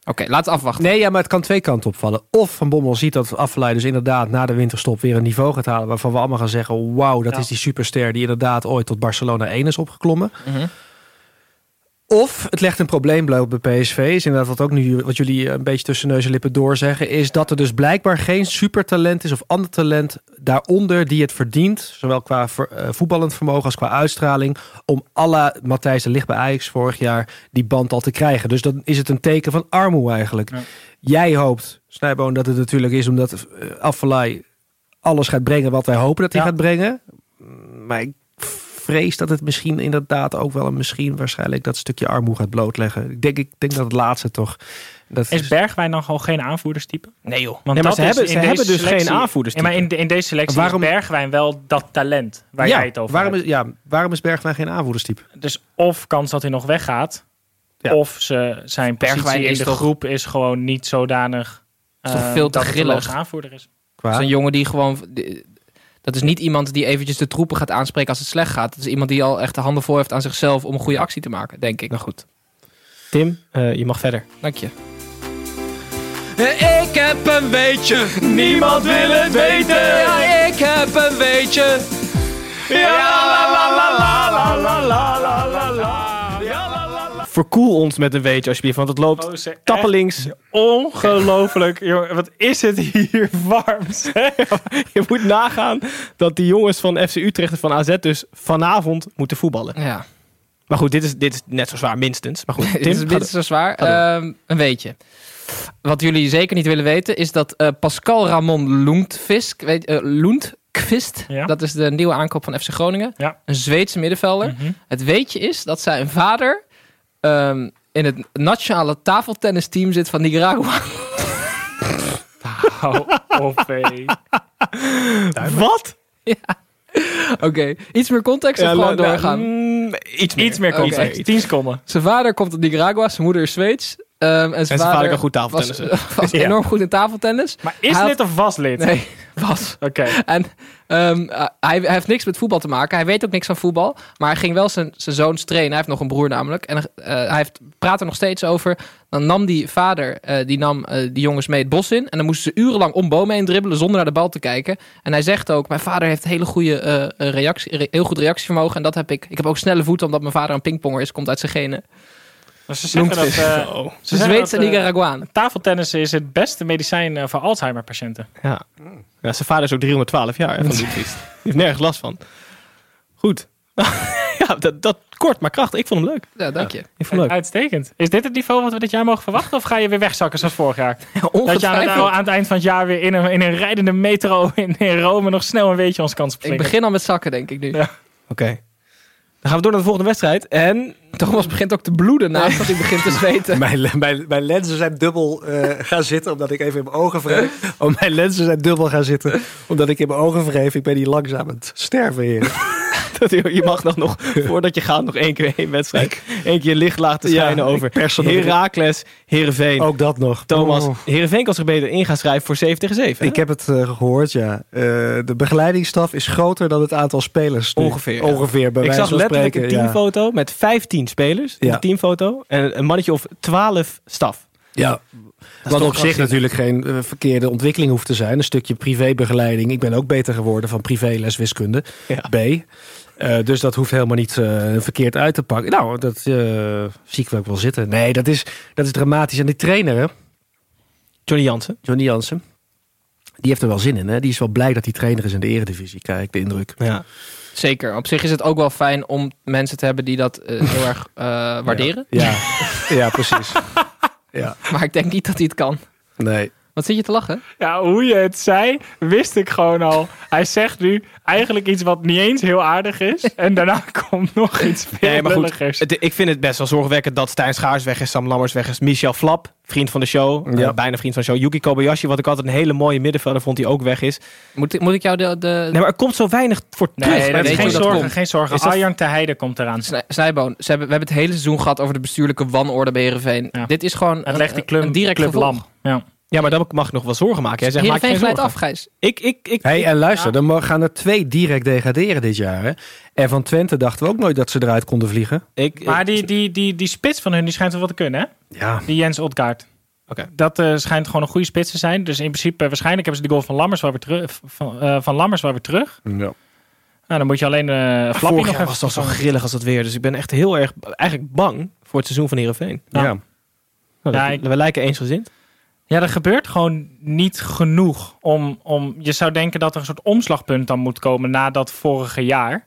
[SPEAKER 7] Oké, laten we afwachten.
[SPEAKER 5] Nee, ja, maar het kan twee kanten opvallen. Of Van Bommel ziet dat Affelay dus inderdaad na de winterstop weer een niveau gaat halen... waarvan we allemaal gaan zeggen, wauw, dat
[SPEAKER 6] Ja.
[SPEAKER 5] is die superster... die inderdaad ooit tot Barcelona 1 is opgeklommen. Of het legt een probleem bloot bij PSV. Is inderdaad wat, ook nu, wat jullie eh, een beetje tussen neus en lippen doorzeggen... is dat er dus blijkbaar geen supertalent is of ander talent daaronder... die het verdient, zowel qua ver- eh, voetballend vermogen als qua uitstraling... om alla Matthijs de Ligt bij Ajax vorig jaar die band al te krijgen. Dus dan is het een teken van armoe eigenlijk.
[SPEAKER 6] Ja.
[SPEAKER 5] Jij hoopt, Snijboon, dat het natuurlijk is omdat eh, Affelay alles gaat brengen wat wij hopen dat hij
[SPEAKER 6] Ja.
[SPEAKER 5] gaat brengen. Maar ik vrees dat het misschien inderdaad ook wel een misschien waarschijnlijk dat stukje armoe gaat blootleggen. Ik denk, ik denk dat het laatste toch. Dat
[SPEAKER 6] Is Bergwijn dan gewoon geen aanvoerderstype?
[SPEAKER 5] nee joh.
[SPEAKER 6] Want
[SPEAKER 1] Nee, maar
[SPEAKER 6] dat
[SPEAKER 1] ze
[SPEAKER 6] is
[SPEAKER 1] hebben, ze
[SPEAKER 6] in
[SPEAKER 1] hebben
[SPEAKER 6] deze
[SPEAKER 1] dus geen
[SPEAKER 6] selectie-
[SPEAKER 1] aanvoerders.
[SPEAKER 6] Ja, maar in, de- in deze selectie
[SPEAKER 5] Waarom-
[SPEAKER 6] is Bergwijn wel dat talent waar jij het over
[SPEAKER 5] waarom
[SPEAKER 6] hebt.
[SPEAKER 5] is, ja, waarom is Bergwijn geen aanvoerderstype?
[SPEAKER 6] Dus of kans dat hij nog weggaat.
[SPEAKER 5] Ja.
[SPEAKER 6] Of ze, zijn
[SPEAKER 7] Bergwijn
[SPEAKER 6] positie in
[SPEAKER 7] is
[SPEAKER 6] de
[SPEAKER 7] toch-
[SPEAKER 6] groep is gewoon niet zodanig
[SPEAKER 7] Is toch
[SPEAKER 6] eh,
[SPEAKER 7] veel te
[SPEAKER 6] dat het een
[SPEAKER 7] grillig?
[SPEAKER 6] logische aanvoerder is.
[SPEAKER 5] Qua...
[SPEAKER 7] Dat is een jongen die gewoon... die- Dat is niet iemand die eventjes de troepen gaat aanspreken als het slecht gaat. Dat is iemand die al echt de handen vol heeft aan zichzelf om een goede actie te maken, denk ik. Nou goed.
[SPEAKER 1] Tim, eh, je mag verder.
[SPEAKER 7] Dank je. Ik heb een beetje, niemand wil het weten. Ja, ik heb een beetje.
[SPEAKER 1] Verkoel ons met een weetje alsjeblieft, want het loopt
[SPEAKER 6] Oh, ze-
[SPEAKER 1] tappelinks.
[SPEAKER 6] Ongelooflijk, jongen. Wat is het hier warm? zeg.
[SPEAKER 1] Je moet nagaan dat die jongens van FC Utrecht en van AZ dus vanavond moeten voetballen.
[SPEAKER 7] Ja,
[SPEAKER 1] Maar goed, dit is, dit is net zo zwaar minstens. Maar goed,
[SPEAKER 7] dit
[SPEAKER 1] Tim,
[SPEAKER 7] is
[SPEAKER 1] ga door.
[SPEAKER 7] minstens zo zwaar.
[SPEAKER 1] Ga
[SPEAKER 7] Ehm, een weetje. Wat jullie zeker niet willen weten is dat eh, Pascal Ramon Lundqvist, weet, eh, Lundqvist
[SPEAKER 6] Ja.
[SPEAKER 7] dat is de nieuwe aankoop van FC Groningen,
[SPEAKER 6] Ja.
[SPEAKER 7] een Zweedse middenvelder.
[SPEAKER 6] Mhm.
[SPEAKER 7] Het weetje is dat zijn vader ehm, in het nationale tafeltennisteam zit van Nicaragua.
[SPEAKER 6] Hou op, hé.
[SPEAKER 1] Wat?
[SPEAKER 7] Oké, iets meer context of gewoon
[SPEAKER 1] nou,
[SPEAKER 7] doorgaan?
[SPEAKER 1] mm, iets meer.
[SPEAKER 6] Iets meer
[SPEAKER 7] Oké.
[SPEAKER 6] context. 10 seconden.
[SPEAKER 7] Zijn vader komt uit Nicaragua, zijn moeder is Zweeds. ehm, en zijn,
[SPEAKER 1] En zijn vader kan goed eh.
[SPEAKER 7] was,
[SPEAKER 1] tafeltennissen.
[SPEAKER 7] was
[SPEAKER 6] Ja.
[SPEAKER 7] enorm goed in tafeltennis.
[SPEAKER 6] Maar is
[SPEAKER 7] Hij had-
[SPEAKER 6] lid of was lid?
[SPEAKER 7] Nee, was.
[SPEAKER 6] Oké.
[SPEAKER 7] En ehm, eh, hij, hij heeft niks met voetbal te maken. Hij weet ook niks van voetbal. Maar hij ging wel zijn, zijn zoons trainen. Hij heeft nog een broer namelijk. En eh, hij heeft, praat er nog steeds over. Dan nam die vader eh, die, nam, eh, die jongens mee het bos in. En dan moesten ze urenlang om bomen heen dribbelen zonder naar de bal te kijken. En hij zegt ook, mijn vader heeft hele goede, eh, eh, reactie, re- heel goed reactievermogen. En dat heb ik. Ik heb ook snelle voeten omdat mijn vader een pingponger is. Komt uit zijn genen.
[SPEAKER 6] Maar Ze zeggen dat... eh,
[SPEAKER 1] Oh.
[SPEAKER 6] ze
[SPEAKER 7] Ze
[SPEAKER 6] zeggen
[SPEAKER 7] Zweeds en
[SPEAKER 6] dat, eh,
[SPEAKER 7] Nicaraguaan.
[SPEAKER 6] Tafeltennis is het beste medicijn eh, voor Alzheimer-patiënten.
[SPEAKER 1] Ja.
[SPEAKER 5] Hmm.
[SPEAKER 1] ja, zijn vader is ook 312 jaar hè, van die priest. Die heeft nergens last van. Goed. ja, dat, dat kort maar krachtig. Ik vond hem leuk.
[SPEAKER 7] Ja, dank je.
[SPEAKER 1] Ik vond hem leuk.
[SPEAKER 6] Uitstekend. Is dit het niveau wat we dit jaar mogen verwachten? Of ga je weer wegzakken zoals vorig jaar? Dat je aan nou het,
[SPEAKER 7] Ongetwijfeld.
[SPEAKER 6] aan het eind van het jaar weer in een, in een rijdende metro in, in Rome nog snel een weetje ons kans
[SPEAKER 7] Ik
[SPEAKER 6] springen.
[SPEAKER 7] begin al met zakken, denk ik nu.
[SPEAKER 6] Ja.
[SPEAKER 1] Oké. Dan gaan we door naar de volgende wedstrijd. En
[SPEAKER 7] Thomas begint ook te bloeden naast dat hij begint te zweten.
[SPEAKER 5] Mijn, le- mijn, mijn lenzen zijn dubbel eh, gaan zitten, omdat ik even in mijn ogen wreef. Oh, mijn lenzen zijn dubbel gaan zitten, omdat ik in mijn ogen wreef. Ik ben hier langzaam aan het sterven, heren.
[SPEAKER 1] dat, je mag dan nog, voordat je gaat, nog één keer één wedstrijd. Eén keer licht laten
[SPEAKER 5] Ja,
[SPEAKER 1] schijnen
[SPEAKER 5] ik
[SPEAKER 1] over
[SPEAKER 5] pers er nog in. Oh.
[SPEAKER 1] Heracles, Heerenveen.
[SPEAKER 5] Ook dat nog.
[SPEAKER 1] Thomas,
[SPEAKER 5] Oh.
[SPEAKER 1] Heerenveen kan zich beter in gaan schrijven voor 7 tegen 7. hè?
[SPEAKER 5] Ik heb het eh, gehoord, ja. Eh, de begeleidingsstaf is groter dan het aantal spelers. nu.
[SPEAKER 1] Ongeveer, ja.
[SPEAKER 5] Ongeveer, bij
[SPEAKER 1] Ik
[SPEAKER 5] wijze
[SPEAKER 1] zag
[SPEAKER 5] van
[SPEAKER 1] letterlijk
[SPEAKER 5] spreken.
[SPEAKER 1] een teamfoto met 15 spelers.
[SPEAKER 5] Ja.
[SPEAKER 1] Een teamfoto. En een mannetje of 12 staf.
[SPEAKER 5] Ja.
[SPEAKER 1] is
[SPEAKER 5] Wat
[SPEAKER 1] toch
[SPEAKER 5] op zich
[SPEAKER 1] krachtzinnig.
[SPEAKER 5] natuurlijk geen eh, verkeerde ontwikkeling hoeft te zijn. Een stukje privébegeleiding. Ik ben ook beter geworden van privéles wiskunde.
[SPEAKER 1] Ja.
[SPEAKER 5] B. Eh, dus dat hoeft helemaal niet eh, verkeerd uit te pakken. Nou, dat eh, zie ik wel ook wel zitten. Nee, dat is, dat is dramatisch. En die trainer, hè,
[SPEAKER 1] Johnny Jansen.
[SPEAKER 5] Johnny Jansen, die heeft er wel zin in. Hè? Die is wel blij dat hij trainer is in de eredivisie. Kijk, de indruk.
[SPEAKER 1] Ja.
[SPEAKER 7] Zeker. Op zich is het ook wel fijn om mensen te hebben die dat eh, heel erg eh, waarderen.
[SPEAKER 5] Ja, ja precies. ja.
[SPEAKER 7] Maar ik denk niet dat hij het kan.
[SPEAKER 5] Nee.
[SPEAKER 7] Wat zit je te lachen?
[SPEAKER 6] Ja, hoe je het zei, wist ik gewoon al. Hij zegt nu eigenlijk iets wat niet eens heel aardig is. En daarna komt nog iets veel
[SPEAKER 1] Nee, maar goed,
[SPEAKER 6] lulligers.
[SPEAKER 1] het- ik vind het best wel zorgwekkend dat Stijn Schaars weg is, Sam Lammers weg is, Michel Flap, vriend van de show,
[SPEAKER 5] Ja.
[SPEAKER 1] eh, bijna vriend van de show, Yuki Kobayashi, wat ik altijd een hele mooie middenvelder vond, die ook weg is.
[SPEAKER 7] Moet, ik- moet ik jou de, de,
[SPEAKER 1] Nee, maar er komt zo weinig voor
[SPEAKER 6] Nee,
[SPEAKER 1] terug.
[SPEAKER 7] maar
[SPEAKER 6] dat
[SPEAKER 7] weet
[SPEAKER 6] is
[SPEAKER 7] je
[SPEAKER 6] geen
[SPEAKER 7] hoe dat
[SPEAKER 6] zorgen,
[SPEAKER 7] komt?
[SPEAKER 6] geen zorgen.
[SPEAKER 7] Is dat- Nou,
[SPEAKER 6] Arjan te Heide komt eraan.
[SPEAKER 7] Snij- Snijboon, ze hebben, we hebben het hele seizoen gehad over de bestuurlijke wanorde bij Heerenveen.
[SPEAKER 6] Ja.
[SPEAKER 7] Dit is gewoon
[SPEAKER 6] Het
[SPEAKER 7] een-
[SPEAKER 6] legt die
[SPEAKER 7] een-
[SPEAKER 6] club,
[SPEAKER 7] eh, een direct
[SPEAKER 6] club
[SPEAKER 7] gevolg.
[SPEAKER 6] lam. Ja.
[SPEAKER 1] Ja, maar dan mag ik nog wel zorgen maken. Jij zegt, maak je
[SPEAKER 7] Heerenveen
[SPEAKER 1] geen
[SPEAKER 7] glijdt
[SPEAKER 1] zorgen.
[SPEAKER 7] af, Gijs.
[SPEAKER 1] Ik, ik, ik,
[SPEAKER 5] Hey, en luister, dan mo- gaan er twee direct degraderen dit jaar. Hè? En van Twente dachten we ook nooit dat ze eruit konden vliegen.
[SPEAKER 1] ik,
[SPEAKER 6] Maar die, die, die, die spits van hun die schijnt wel wat te kunnen, hè?
[SPEAKER 5] Ja,
[SPEAKER 6] Die Jens Otgaard.
[SPEAKER 1] Oké.
[SPEAKER 6] Dat eh, schijnt gewoon een goede spits te zijn. Dus in principe, eh, waarschijnlijk hebben ze de goal van Lammers wel weer terug. Van, eh, van Lammers wel weer terug.
[SPEAKER 5] ja.
[SPEAKER 6] Nou, dan moet je alleen eh Flappy nog
[SPEAKER 1] Vorig jaar
[SPEAKER 6] even
[SPEAKER 1] was het al zo
[SPEAKER 6] vervangen.
[SPEAKER 1] grillig als het weer. Dus ik ben echt heel erg eigenlijk bang voor het seizoen van Heerenveen.
[SPEAKER 6] Ja.
[SPEAKER 1] Nou,
[SPEAKER 6] Ja,
[SPEAKER 1] dat-
[SPEAKER 6] ik-
[SPEAKER 1] We lijken eensgezind.
[SPEAKER 6] Ja, er gebeurt gewoon niet genoeg om, om... Je zou denken dat er een soort omslagpunt dan moet komen na dat vorige jaar.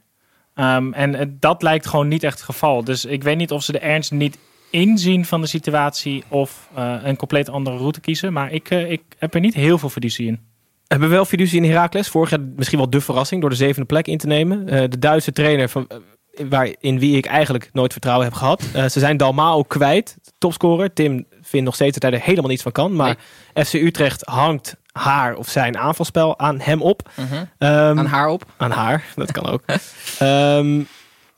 [SPEAKER 6] Ehm, en eh, dat lijkt gewoon niet echt het geval. Dus ik weet niet of ze de ernst niet inzien van de situatie... of eh, een compleet andere route kiezen. Maar ik, eh, ik heb er niet heel veel fiducie in.
[SPEAKER 1] Hebben we wel fiducie in Heracles. Vorig jaar misschien wel de verrassing door de zevende plek in te nemen. Eh, de Duitse trainer van, eh, waar, in wie ik eigenlijk nooit vertrouwen heb gehad. Eh, ze zijn Dalmao kwijt. Topscorer. Tim vindt nog steeds dat hij er helemaal niets van kan. Maar FC Utrecht hangt haar of zijn aanvalspel aan hem op.
[SPEAKER 7] Mhm.
[SPEAKER 1] Ehm,
[SPEAKER 7] Aan haar op.
[SPEAKER 1] aan haar. Dat kan ook. Ehm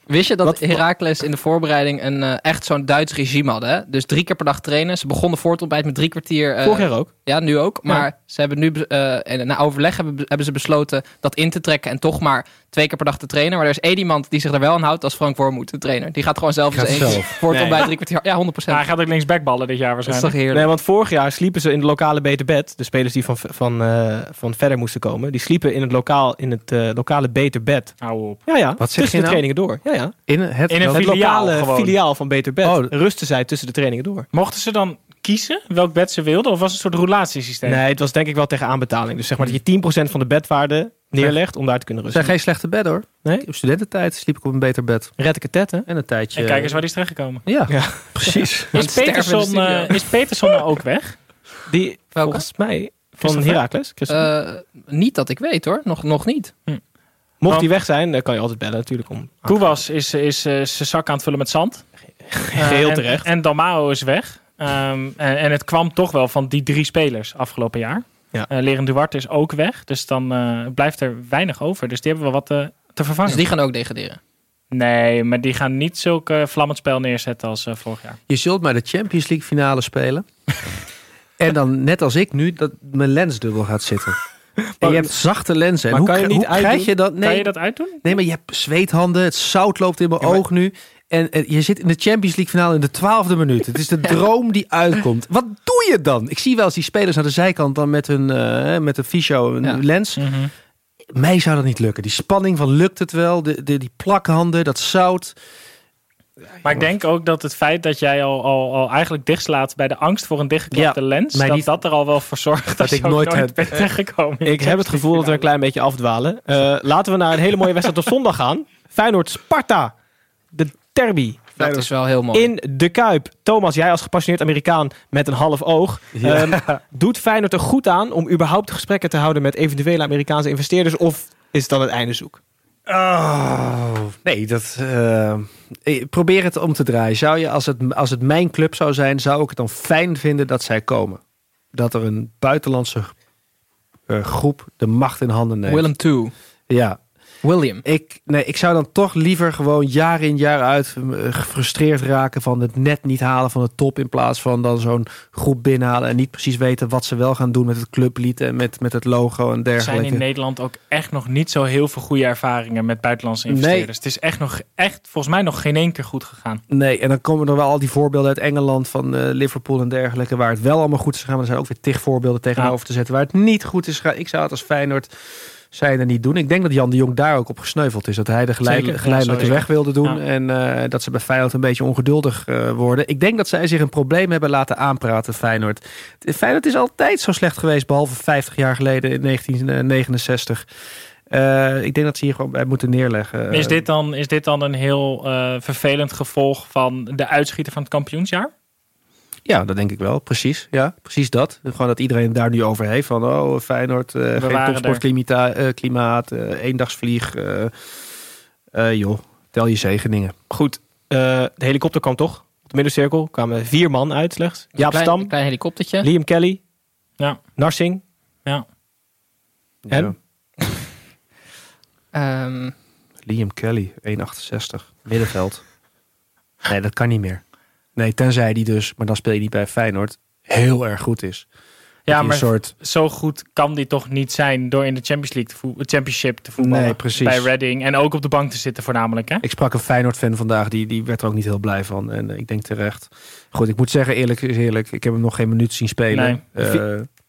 [SPEAKER 7] Wist je
[SPEAKER 1] Wat-
[SPEAKER 7] dat Heracles in de voorbereiding een, eh, echt zo'n Duits regime hadden? Hè? Dus drie keer per dag trainen. Ze begonnen voor het ontbijt met drie kwartier. eh,
[SPEAKER 1] vorig jaar ook.
[SPEAKER 7] Ja, nu ook. Maar ze hebben nu, eh, en na overleg hebben, hebben ze besloten dat in te trekken en toch maar twee keer per dag te trainen. Maar er is één iemand die zich er wel aan houdt, dat is Frank Wormoed, de trainer. Die gaat gewoon zelf
[SPEAKER 5] Gaat
[SPEAKER 7] eens eens
[SPEAKER 5] zelf.
[SPEAKER 7] voor het
[SPEAKER 1] Nee.
[SPEAKER 7] ontbijt drie kwartier. Ja, 100
[SPEAKER 6] Ja, hij gaat ook links backballen dit jaar
[SPEAKER 7] Dat is toch
[SPEAKER 6] waarschijnlijk.
[SPEAKER 7] heerlijk.
[SPEAKER 1] Nee, want vorig jaar sliepen ze in het lokale Beter Bed. De spelers die van, van, eh, van verder moesten komen. Die sliepen in het, lokaal, in het eh, lokale Beter Bed.
[SPEAKER 6] Hou op.
[SPEAKER 1] Ja, ja.
[SPEAKER 5] Wat
[SPEAKER 1] tussen
[SPEAKER 5] zeg je
[SPEAKER 1] de
[SPEAKER 5] nou?
[SPEAKER 1] trainingen door. Ja, ja.
[SPEAKER 5] In het,
[SPEAKER 6] In een
[SPEAKER 5] dat-
[SPEAKER 1] Het
[SPEAKER 6] Filiaal
[SPEAKER 1] lokale
[SPEAKER 6] gewoon.
[SPEAKER 1] eh, filiaal van Beter Bed.
[SPEAKER 5] Oh.
[SPEAKER 1] Rusten zij tussen de trainingen door.
[SPEAKER 6] Mochten ze dan kiezen welk bed ze wilden? Of was het een soort relatiesysteem?
[SPEAKER 1] Nee, het was denk ik wel tegen aanbetaling. Dus zeg maar dat je 10% van de bedwaarde neerlegt om daar te kunnen
[SPEAKER 5] Het zijn
[SPEAKER 1] rusten.
[SPEAKER 5] geen slechte bedden hoor.
[SPEAKER 1] Nee?
[SPEAKER 5] Op studententijd sliep ik op een beter bed.
[SPEAKER 1] Red ik het tet, hè?
[SPEAKER 5] En een tijdje...
[SPEAKER 7] eh,
[SPEAKER 6] En kijk eens waar die is terechtgekomen.
[SPEAKER 5] Ja,
[SPEAKER 1] Ja.
[SPEAKER 5] precies.
[SPEAKER 7] Aan
[SPEAKER 6] Is
[SPEAKER 7] het sterven in de
[SPEAKER 6] Peterson,
[SPEAKER 7] studio.
[SPEAKER 6] eh, is Peterson nou ook weg?
[SPEAKER 1] Die
[SPEAKER 7] Welke?
[SPEAKER 1] volgens mij van
[SPEAKER 6] Christopher?
[SPEAKER 1] Heracles. Christopher.
[SPEAKER 7] Eh, niet dat ik weet hoor, nog, nog niet.
[SPEAKER 1] Mocht die weg zijn, dan kan je altijd bellen natuurlijk. Om...
[SPEAKER 6] Koewas is, is eh, zijn zak aan het vullen met zand.
[SPEAKER 1] Geheel
[SPEAKER 6] Eh, en-
[SPEAKER 1] terecht.
[SPEAKER 6] En Dalmao is weg. Ehm, en, en het kwam toch wel van die drie spelers afgelopen jaar.
[SPEAKER 1] Ja.
[SPEAKER 6] Eh, Leren Duarte is ook weg. Dus dan eh, blijft er weinig over. Dus die hebben wel wat eh, te vervangen.
[SPEAKER 7] Dus die gaan ook degraderen.
[SPEAKER 6] Nee, maar die gaan niet zulk eh, vlammend spel neerzetten als eh, vorig jaar.
[SPEAKER 5] Je zult maar de Champions League finale spelen. en dan, net als ik nu, dat mijn lens dubbel gaat zitten. En je hebt zachte lenzen. En
[SPEAKER 1] Maar
[SPEAKER 5] hoe,
[SPEAKER 1] kan je
[SPEAKER 5] kri-
[SPEAKER 1] niet
[SPEAKER 5] hoe krijg
[SPEAKER 1] uitdoen?
[SPEAKER 5] je dat? Nee,
[SPEAKER 6] Kan je dat uitdoen?
[SPEAKER 5] nee, maar je hebt zweethanden. Het zout loopt in mijn
[SPEAKER 1] Ja, maar-
[SPEAKER 5] oog nu. En, eh, je zit in de Champions League finale in de twaalfde minuut. Het is de droom die uitkomt. Wat doe je dan? Ik zie wel eens die spelers aan de zijkant dan met hun, eh, met een fysio, een
[SPEAKER 7] Ja.
[SPEAKER 5] lens. Mij zou dat niet lukken. Die spanning van lukt het wel? De, de, die plakhanden, dat zout.
[SPEAKER 6] Maar ik denk ook dat het feit dat jij al, al, al eigenlijk dichtslaat bij de angst voor een dichtgeklapte lens,
[SPEAKER 5] mij
[SPEAKER 6] dat
[SPEAKER 5] niet-
[SPEAKER 6] dat er al wel voor zorgt dat,
[SPEAKER 5] ik
[SPEAKER 6] je ook
[SPEAKER 5] nooit
[SPEAKER 6] nooit,
[SPEAKER 5] heb-
[SPEAKER 6] bent terechtgekomen. in
[SPEAKER 1] Ik
[SPEAKER 6] de
[SPEAKER 1] heb het gevoel dat we een klein beetje afdwalen. Eh, laten we naar een hele mooie wedstrijd op zondag gaan. Feyenoord-Sparta. De derby.
[SPEAKER 7] Dat is wel heel mooi.
[SPEAKER 1] In de Kuip. Thomas, jij als gepassioneerd Amerikaan met een half oog. ehm, doet Feyenoord er goed aan om überhaupt gesprekken te houden met eventuele Amerikaanse investeerders? Of is het dan het einde zoek?
[SPEAKER 5] Oh, nee, dat. eh, ik probeer het om te draaien. Zou je, als het, als het mijn club zou zijn, zou ik het dan fijn vinden dat zij komen? Dat er een buitenlandse eh, groep de macht in handen neemt.
[SPEAKER 7] Willem II.
[SPEAKER 5] Ja,
[SPEAKER 7] William.
[SPEAKER 5] ik, nee, ik zou dan toch liever gewoon jaar in jaar uit eh, gefrustreerd raken van het net niet halen van de top. In plaats van dan zo'n groep binnenhalen en niet precies weten wat ze wel gaan doen met het clublied en met, met het logo en
[SPEAKER 6] Er zijn
[SPEAKER 5] dergelijke.
[SPEAKER 6] in Nederland ook echt nog niet zo heel veel goede ervaringen met buitenlandse investeerders. Het is echt nog, echt volgens mij nog geen één keer goed gegaan.
[SPEAKER 5] Nee, en dan komen er wel al die voorbeelden uit Engeland, van eh, Liverpool en dergelijke, waar het wel allemaal goed is gegaan. Maar er zijn ook weer tig voorbeelden tegenover te zetten waar het niet goed is gegaan. Ik zou het als Feyenoord zijn er niet doen. Ik denk dat Jan de Jong daar ook op gesneuveld is. Dat hij de geleid-
[SPEAKER 6] Zeker, ja,
[SPEAKER 5] geleidelijke
[SPEAKER 6] zeker.
[SPEAKER 5] weg wilde doen.
[SPEAKER 6] Ja.
[SPEAKER 5] En eh, dat ze bij Feyenoord een beetje ongeduldig eh, worden. Ik denk dat zij zich een probleem hebben laten aanpraten, Feyenoord. Feyenoord is altijd zo slecht geweest, behalve 50 jaar geleden in 1969. Eh, ik denk dat ze hier gewoon bij moeten neerleggen.
[SPEAKER 6] Is dit dan, eh, is dit dan een heel eh, vervelend gevolg van de uitschieter van het kampioensjaar?
[SPEAKER 5] Ja, dat denk ik wel. Precies. Ja, precies dat. Gewoon dat iedereen het daar nu over heeft. Van, oh, Feyenoord, eh, geen
[SPEAKER 6] waren
[SPEAKER 5] topsportklimaat, eh klimaat, eh, eendagsvlieg. eh eh, joh, tel je zegeningen.
[SPEAKER 1] Goed, eh, de helikopter kwam toch? Op de middencirkel kwamen vier man uit slechts. Jaap
[SPEAKER 7] klein,
[SPEAKER 1] Stam,
[SPEAKER 7] klein helikoptertje.
[SPEAKER 1] Liam Kelly,
[SPEAKER 6] Ja.
[SPEAKER 1] Narsing.
[SPEAKER 6] Ja.
[SPEAKER 1] En?
[SPEAKER 5] Ja.
[SPEAKER 7] Ehm,
[SPEAKER 5] Liam Kelly, 1,68. Middenveld. Nee, dat kan niet meer. Nee, tenzij die dus, maar dan speel je niet bij Feyenoord, heel erg goed is.
[SPEAKER 6] Ja,
[SPEAKER 5] Ja, maar...
[SPEAKER 6] maar-
[SPEAKER 5] Een soort,
[SPEAKER 6] Zo goed kan die toch niet zijn door in de Champions League te voe- Championship te voetballen.
[SPEAKER 5] Nee, precies.
[SPEAKER 6] Bij Reading. En ook op de bank te zitten voornamelijk. Hè?
[SPEAKER 5] ik sprak een Feyenoord-fan vandaag, die, die werd er ook niet heel blij van. En eh, ik denk terecht. Goed, ik moet zeggen, eerlijk is eerlijk. Ik heb hem nog geen minuut zien spelen. Eh,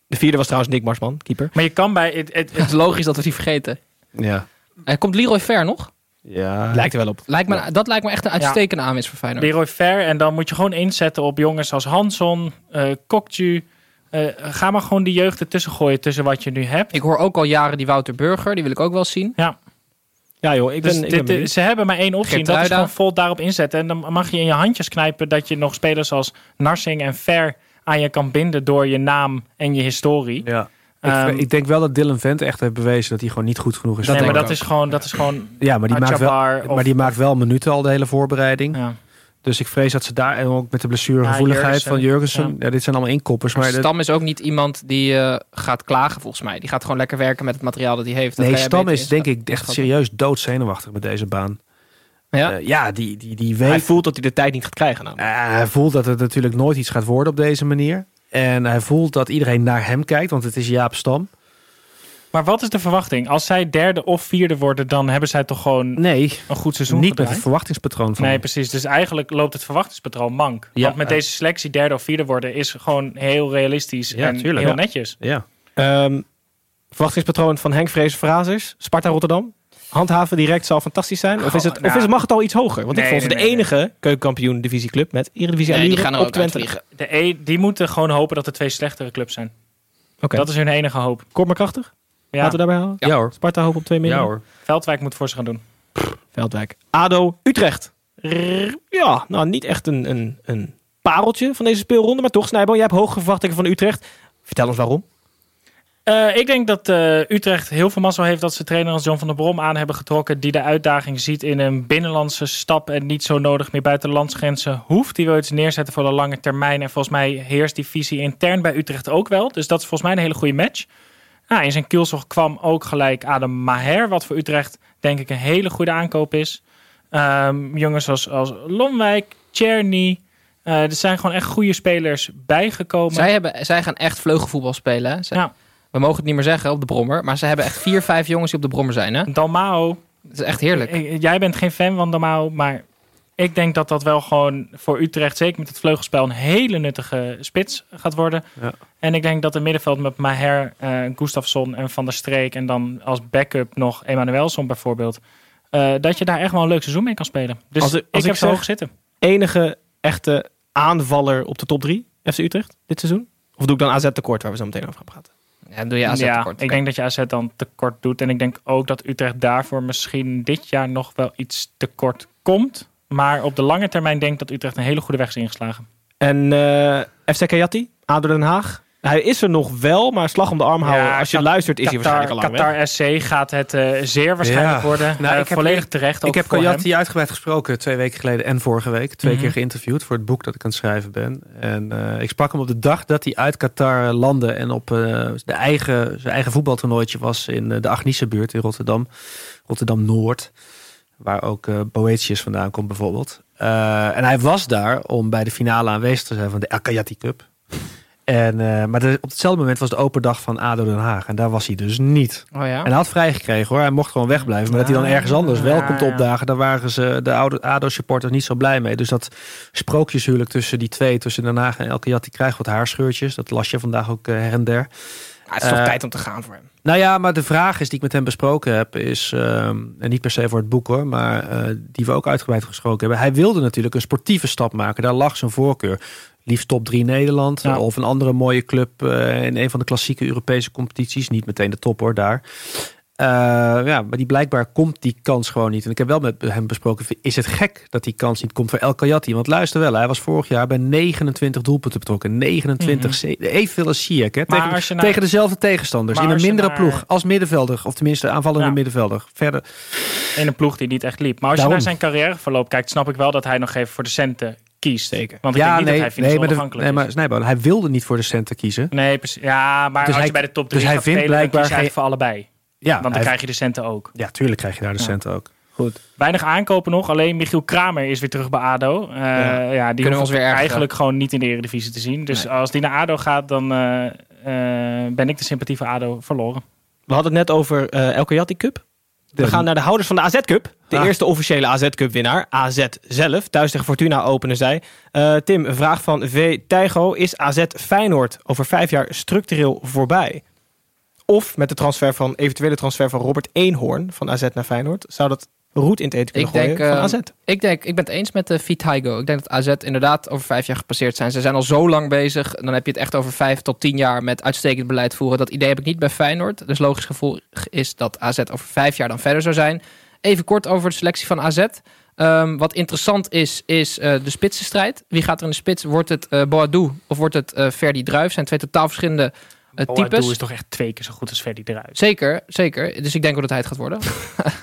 [SPEAKER 1] De vierde was trouwens Nick Marsman, keeper.
[SPEAKER 6] Maar je kan bij... Het, het,
[SPEAKER 7] het is logisch dat we die vergeten.
[SPEAKER 5] ja.
[SPEAKER 7] Eh, komt Leroy Ver nog?
[SPEAKER 5] Ja.
[SPEAKER 1] Lijkt er wel op.
[SPEAKER 7] Lijkt me, Dat lijkt me echt een uitstekende aanwinst voor Feyenoord.
[SPEAKER 6] Leroy Fair. En dan moet je gewoon inzetten op jongens als Hanson, eh Kokju. Eh, ga maar gewoon die jeugd ertussen gooien tussen wat je nu hebt.
[SPEAKER 7] Ik hoor ook al jaren die Wouter Burger. Die wil ik ook wel zien.
[SPEAKER 1] Ja joh, ik ben,
[SPEAKER 6] dus
[SPEAKER 1] ik ben
[SPEAKER 6] dit,
[SPEAKER 1] benieuwd.
[SPEAKER 6] ze hebben maar één optie. en Dat is
[SPEAKER 7] Geertruida.
[SPEAKER 6] gewoon vol daarop inzetten. En dan mag je in je handjes knijpen dat je nog spelers als Narsing en Fair aan je kan binden door je naam en je historie.
[SPEAKER 5] ja.
[SPEAKER 6] Ehm,
[SPEAKER 5] ik, ik denk wel dat Dylan Vent echt heeft bewezen dat hij gewoon niet goed genoeg is.
[SPEAKER 6] nee,
[SPEAKER 7] denk
[SPEAKER 6] maar
[SPEAKER 7] ik
[SPEAKER 6] dat
[SPEAKER 7] ook.
[SPEAKER 6] is gewoon, dat is gewoon
[SPEAKER 5] ja, maar die, maakt wel,
[SPEAKER 6] Atjabar of-
[SPEAKER 5] maar die maakt wel minuten al de hele voorbereiding.
[SPEAKER 6] ja.
[SPEAKER 5] Dus ik vrees dat ze daar, en ook met de blessuregevoeligheid
[SPEAKER 6] Ja,
[SPEAKER 5] van
[SPEAKER 6] Jurgensen.
[SPEAKER 5] Jurgensen. Ja. dit zijn allemaal inkoppers. Maar dat-
[SPEAKER 7] Stam is ook niet iemand die eh, gaat klagen, volgens mij. Die gaat gewoon lekker werken met het materiaal dat hij heeft. Dat
[SPEAKER 5] nee,
[SPEAKER 7] kan jij
[SPEAKER 5] Stam
[SPEAKER 7] beter
[SPEAKER 5] is denk
[SPEAKER 7] inschatten.
[SPEAKER 5] ik echt serieus doodzenuwachtig met deze baan.
[SPEAKER 7] Ja.
[SPEAKER 5] Eh, ja die, die, die
[SPEAKER 1] Hij
[SPEAKER 5] weet.
[SPEAKER 1] voelt dat hij de tijd niet gaat krijgen namelijk.
[SPEAKER 5] Eh, hij voelt dat het natuurlijk nooit iets gaat worden op deze manier. En hij voelt dat iedereen naar hem kijkt, want het is Jaap Stam.
[SPEAKER 6] Maar wat is de verwachting? Als zij derde of vierde worden, dan hebben zij toch gewoon
[SPEAKER 5] Nee,
[SPEAKER 6] een goed seizoen
[SPEAKER 5] Dus niet met
[SPEAKER 6] gedraaid?
[SPEAKER 5] het verwachtingspatroon van
[SPEAKER 6] Nee,
[SPEAKER 5] hem.
[SPEAKER 6] precies. Dus eigenlijk loopt het verwachtingspatroon mank.
[SPEAKER 5] Ja,
[SPEAKER 6] Want met
[SPEAKER 5] eh.
[SPEAKER 6] deze selectie derde of vierde worden is gewoon heel realistisch
[SPEAKER 5] Ja,
[SPEAKER 6] en
[SPEAKER 5] tuurlijk.
[SPEAKER 6] heel
[SPEAKER 5] Ja.
[SPEAKER 6] netjes.
[SPEAKER 5] Ja.
[SPEAKER 1] Ehm, verwachtingspatroon van Henk Vrees Frazers, Sparta Rotterdam. Handhaven direct zal fantastisch zijn. Of, is het,
[SPEAKER 6] Oh,
[SPEAKER 1] of
[SPEAKER 6] nou.
[SPEAKER 1] is, mag het al iets hoger? Want
[SPEAKER 6] Nee,
[SPEAKER 1] ik vond het
[SPEAKER 6] nee,
[SPEAKER 1] de
[SPEAKER 6] nee,
[SPEAKER 1] enige keukenkampioen divisieclub met Eredivisie
[SPEAKER 7] Nee, die
[SPEAKER 1] allure
[SPEAKER 7] gaan er
[SPEAKER 1] op
[SPEAKER 7] ook
[SPEAKER 1] Twente.
[SPEAKER 7] uitvliegen.
[SPEAKER 6] De e, die moeten gewoon hopen dat er twee slechtere clubs zijn.
[SPEAKER 1] Oké,
[SPEAKER 6] Dat is hun enige hoop.
[SPEAKER 1] kort maar krachtig.
[SPEAKER 6] Ja,
[SPEAKER 1] Laten we daarbij houden.
[SPEAKER 5] Ja. hoor.
[SPEAKER 1] Sparta hoop op twee minder.
[SPEAKER 5] Ja hoor.
[SPEAKER 6] Veldwijk moet voor ze gaan doen.
[SPEAKER 1] Veldwijk. ADO Utrecht. Rrr, ja, nou niet echt een, een, een pareltje van deze speelronde. Maar toch, Snijbo, jij hebt hoge verwachtingen van Utrecht. Vertel ons waarom.
[SPEAKER 6] Eh, ik denk dat eh, Utrecht heel veel mazzel heeft dat ze trainer als John van der Brom aan hebben getrokken. Die de uitdaging ziet in een binnenlandse stap en niet zo nodig meer buiten landsgrenzen hoeft. Die wil iets neerzetten voor de lange termijn. En volgens mij heerst die visie intern bij Utrecht ook wel. Dus dat is volgens mij een hele goede match. Nou, in zijn kielzog kwam ook gelijk Adam Maher. Wat voor Utrecht denk ik een hele goede aankoop is. Ehm, jongens als, als Lomwijk, Cherny. eh, er zijn gewoon echt goede spelers bijgekomen.
[SPEAKER 7] Zij, hebben, zij gaan echt vleugelvoetbal spelen. hè. Zij-
[SPEAKER 6] Ja.
[SPEAKER 7] We mogen het niet meer zeggen op de Brommer. Maar ze hebben echt vier, vijf jongens die op de Brommer zijn. Hè?
[SPEAKER 6] Dalmao.
[SPEAKER 7] Dat is echt heerlijk.
[SPEAKER 6] Ik- ik- Jij bent geen fan van Damao, maar ik denk dat dat wel gewoon voor Utrecht, zeker met het vleugelspel, een hele nuttige spits gaat worden.
[SPEAKER 5] Ja.
[SPEAKER 6] En ik denk dat het middenveld met Maher, eh Gustafsson en Van der Streek en dan als backup nog Emanuelson bijvoorbeeld, eh, dat je daar echt wel een leuk seizoen mee kan spelen. Dus
[SPEAKER 1] Als- als
[SPEAKER 6] ik heb
[SPEAKER 1] ik
[SPEAKER 6] zo
[SPEAKER 1] zeg-
[SPEAKER 6] hoog zitten.
[SPEAKER 1] Enige echte aanvaller op de top 3 FC Utrecht dit seizoen? Of doe ik dan AZ tekort waar we zo meteen over gaan praten?
[SPEAKER 7] Ja, dan doe je AZ
[SPEAKER 6] ja,
[SPEAKER 7] tekort.
[SPEAKER 6] ik denk dat je AZ dan tekort doet. En ik denk ook dat Utrecht daarvoor misschien dit jaar nog wel iets tekort komt. Maar op de lange termijn denk ik dat Utrecht een hele goede weg is ingeslagen.
[SPEAKER 1] En eh FC Kayati, ADO Den Haag. Hij is er nog wel, maar slag om de arm houden.
[SPEAKER 6] Ja,
[SPEAKER 1] Als je
[SPEAKER 6] Kat-
[SPEAKER 1] luistelijk luistert is hij waarschijnlijk al lang weg.
[SPEAKER 6] Qatar SC gaat het eh, zeer waarschijnlijk
[SPEAKER 5] Ja.
[SPEAKER 6] worden.
[SPEAKER 5] Nou,
[SPEAKER 6] Eh,
[SPEAKER 5] ik heb-
[SPEAKER 6] volledig terecht.
[SPEAKER 5] Ik
[SPEAKER 6] ook
[SPEAKER 5] heb
[SPEAKER 6] voor hem.
[SPEAKER 5] Kayati uitgebreid gesproken twee weken geleden en vorige week. Twee
[SPEAKER 6] Mhm.
[SPEAKER 5] keer geïnterviewd voor het boek dat ik aan het schrijven ben. En eh, ik sprak hem op de dag dat hij uit Qatar landde en op eh, de eigen, zijn eigen voetbaltoernooitje was in eh, de Agnische buurt in Rotterdam. Rotterdam Noord. Waar ook eh Boetius vandaan komt bijvoorbeeld. Eh, en hij was daar om bij de finale aanwezig te zijn van de Kayati Cup. En, eh, maar de- op hetzelfde moment was de open dag van ADO Den Haag. En daar was hij dus niet.
[SPEAKER 7] Oh ja? Ah,
[SPEAKER 5] En hij had vrijgekregen hoor. Hij mocht gewoon wegblijven. Maar dat hij dan ergens anders wel komt opdagen. Daar waren ze, de oude ADO-supporters niet zo blij mee. Dus dat sprookjeshuwelijk tussen die twee. Tussen Den Haag en Elke Jat. Die krijgt wat haarscheurtjes. Dat las je vandaag ook eh, her en der.
[SPEAKER 7] Ah, het is toch
[SPEAKER 5] eh,
[SPEAKER 7] tijd om te gaan voor hem.
[SPEAKER 5] Nou ja, maar de vraag is die ik met hem besproken heb. Is, ehm, en niet per se voor het boek hoor. Maar eh, die we ook uitgebreid gesproken hebben. Hij wilde natuurlijk een sportieve stap maken. Daar lag zijn voorkeur. Liefst top 3 Nederland.
[SPEAKER 6] Ja.
[SPEAKER 5] Of een andere mooie club eh, in een van de klassieke Europese competities. Niet meteen de top hoor, daar. Eh, ja, maar die blijkbaar komt die kans gewoon niet. En ik heb wel met hem besproken, is het gek dat die kans niet komt voor El Kayati? Want luister wel, hij was vorig jaar bij 29 doelpunten betrokken. 29, ze- evenveel als Ziyech. Hè?
[SPEAKER 6] Mhm. Maar
[SPEAKER 5] Tegen,
[SPEAKER 6] als je naar-
[SPEAKER 5] tegen dezelfde tegenstanders.
[SPEAKER 6] Maar
[SPEAKER 5] Dus In een
[SPEAKER 6] als je
[SPEAKER 5] mindere
[SPEAKER 6] naar-
[SPEAKER 5] ploeg. Als middenvelder. Of tenminste aanvallende
[SPEAKER 6] Ja.
[SPEAKER 5] middenvelder. Verder.
[SPEAKER 6] In een ploeg die niet echt liep. Maar als je
[SPEAKER 5] Daarom.
[SPEAKER 6] naar zijn carrièreverloop kijkt, snap ik wel dat hij nog even voor de centen kiest.
[SPEAKER 5] Zeker.
[SPEAKER 6] Want ik denk niet dat hij financieel
[SPEAKER 5] maar, de-
[SPEAKER 6] onafhankelijk
[SPEAKER 5] nee, maar
[SPEAKER 6] is.
[SPEAKER 5] Snijboon, hij wilde niet voor de centen kiezen.
[SPEAKER 6] Nee, precies. Ja, maar
[SPEAKER 5] Dus
[SPEAKER 6] als
[SPEAKER 5] hij-
[SPEAKER 6] je bij de top
[SPEAKER 5] dus
[SPEAKER 6] 3
[SPEAKER 5] hij
[SPEAKER 6] gaat
[SPEAKER 5] vindt
[SPEAKER 6] spelen, dan kies je
[SPEAKER 5] blijkbaar
[SPEAKER 6] eigenlijk voor allebei.
[SPEAKER 5] Ja,
[SPEAKER 6] Want dan
[SPEAKER 5] hij-
[SPEAKER 6] krijg je de centen ook.
[SPEAKER 5] ja tuurlijk krijg je daar de centen ook. Goed.
[SPEAKER 6] Weinig aankopen nog. Alleen Michiel Kramer is weer terug bij ADO. Eh, ja. die
[SPEAKER 7] we
[SPEAKER 6] hoeft
[SPEAKER 7] ons weer ergeren.
[SPEAKER 6] eigenlijk gewoon niet in de eredivisie te zien. Dus als die naar ADO gaat, dan eh, eh, ben ik de sympathie voor ADO verloren.
[SPEAKER 1] We hadden het net over eh El Kayati Cup.
[SPEAKER 5] De-
[SPEAKER 1] We gaan naar de houders van de AZ Cup. De
[SPEAKER 5] Ah.
[SPEAKER 1] eerste officiële AZ Cup winnaar. AZ zelf. Thuis tegen Fortuna openen zij. Eh, Tim, een vraag van V. Tijgo. Is AZ Feyenoord over vijf jaar structureel voorbij? Of met de transfer van, eventuele transfer van Robert Eenhoorn van AZ naar Feyenoord. Zou dat roet in het eten kunnen
[SPEAKER 7] Ik
[SPEAKER 1] gooien
[SPEAKER 7] denk, eh,
[SPEAKER 1] van AZ?
[SPEAKER 7] Ik denk, ik ben het eens met de Vitaigo. Ik denk dat AZ inderdaad over vijf jaar gepasseerd zijn. Ze zijn al zo lang bezig. Dan heb je het echt over vijf tot tien jaar met uitstekend beleid voeren. Dat idee heb ik niet bij Feyenoord. Dus logisch gevolg is dat AZ over vijf jaar dan verder zou zijn. Even kort over de selectie van AZ. Ehm, wat interessant is, is eh, de spitsenstrijd. Wie gaat er in de spits? Wordt het eh Boadu of wordt het eh Ferdi Druif? Zijn twee totaal verschillende eh,
[SPEAKER 6] ADO
[SPEAKER 7] types.
[SPEAKER 6] Oh, is toch echt twee keer zo goed als Verdi eruit.
[SPEAKER 7] Zeker, zeker. Dus ik denk wel dat hij het gaat worden.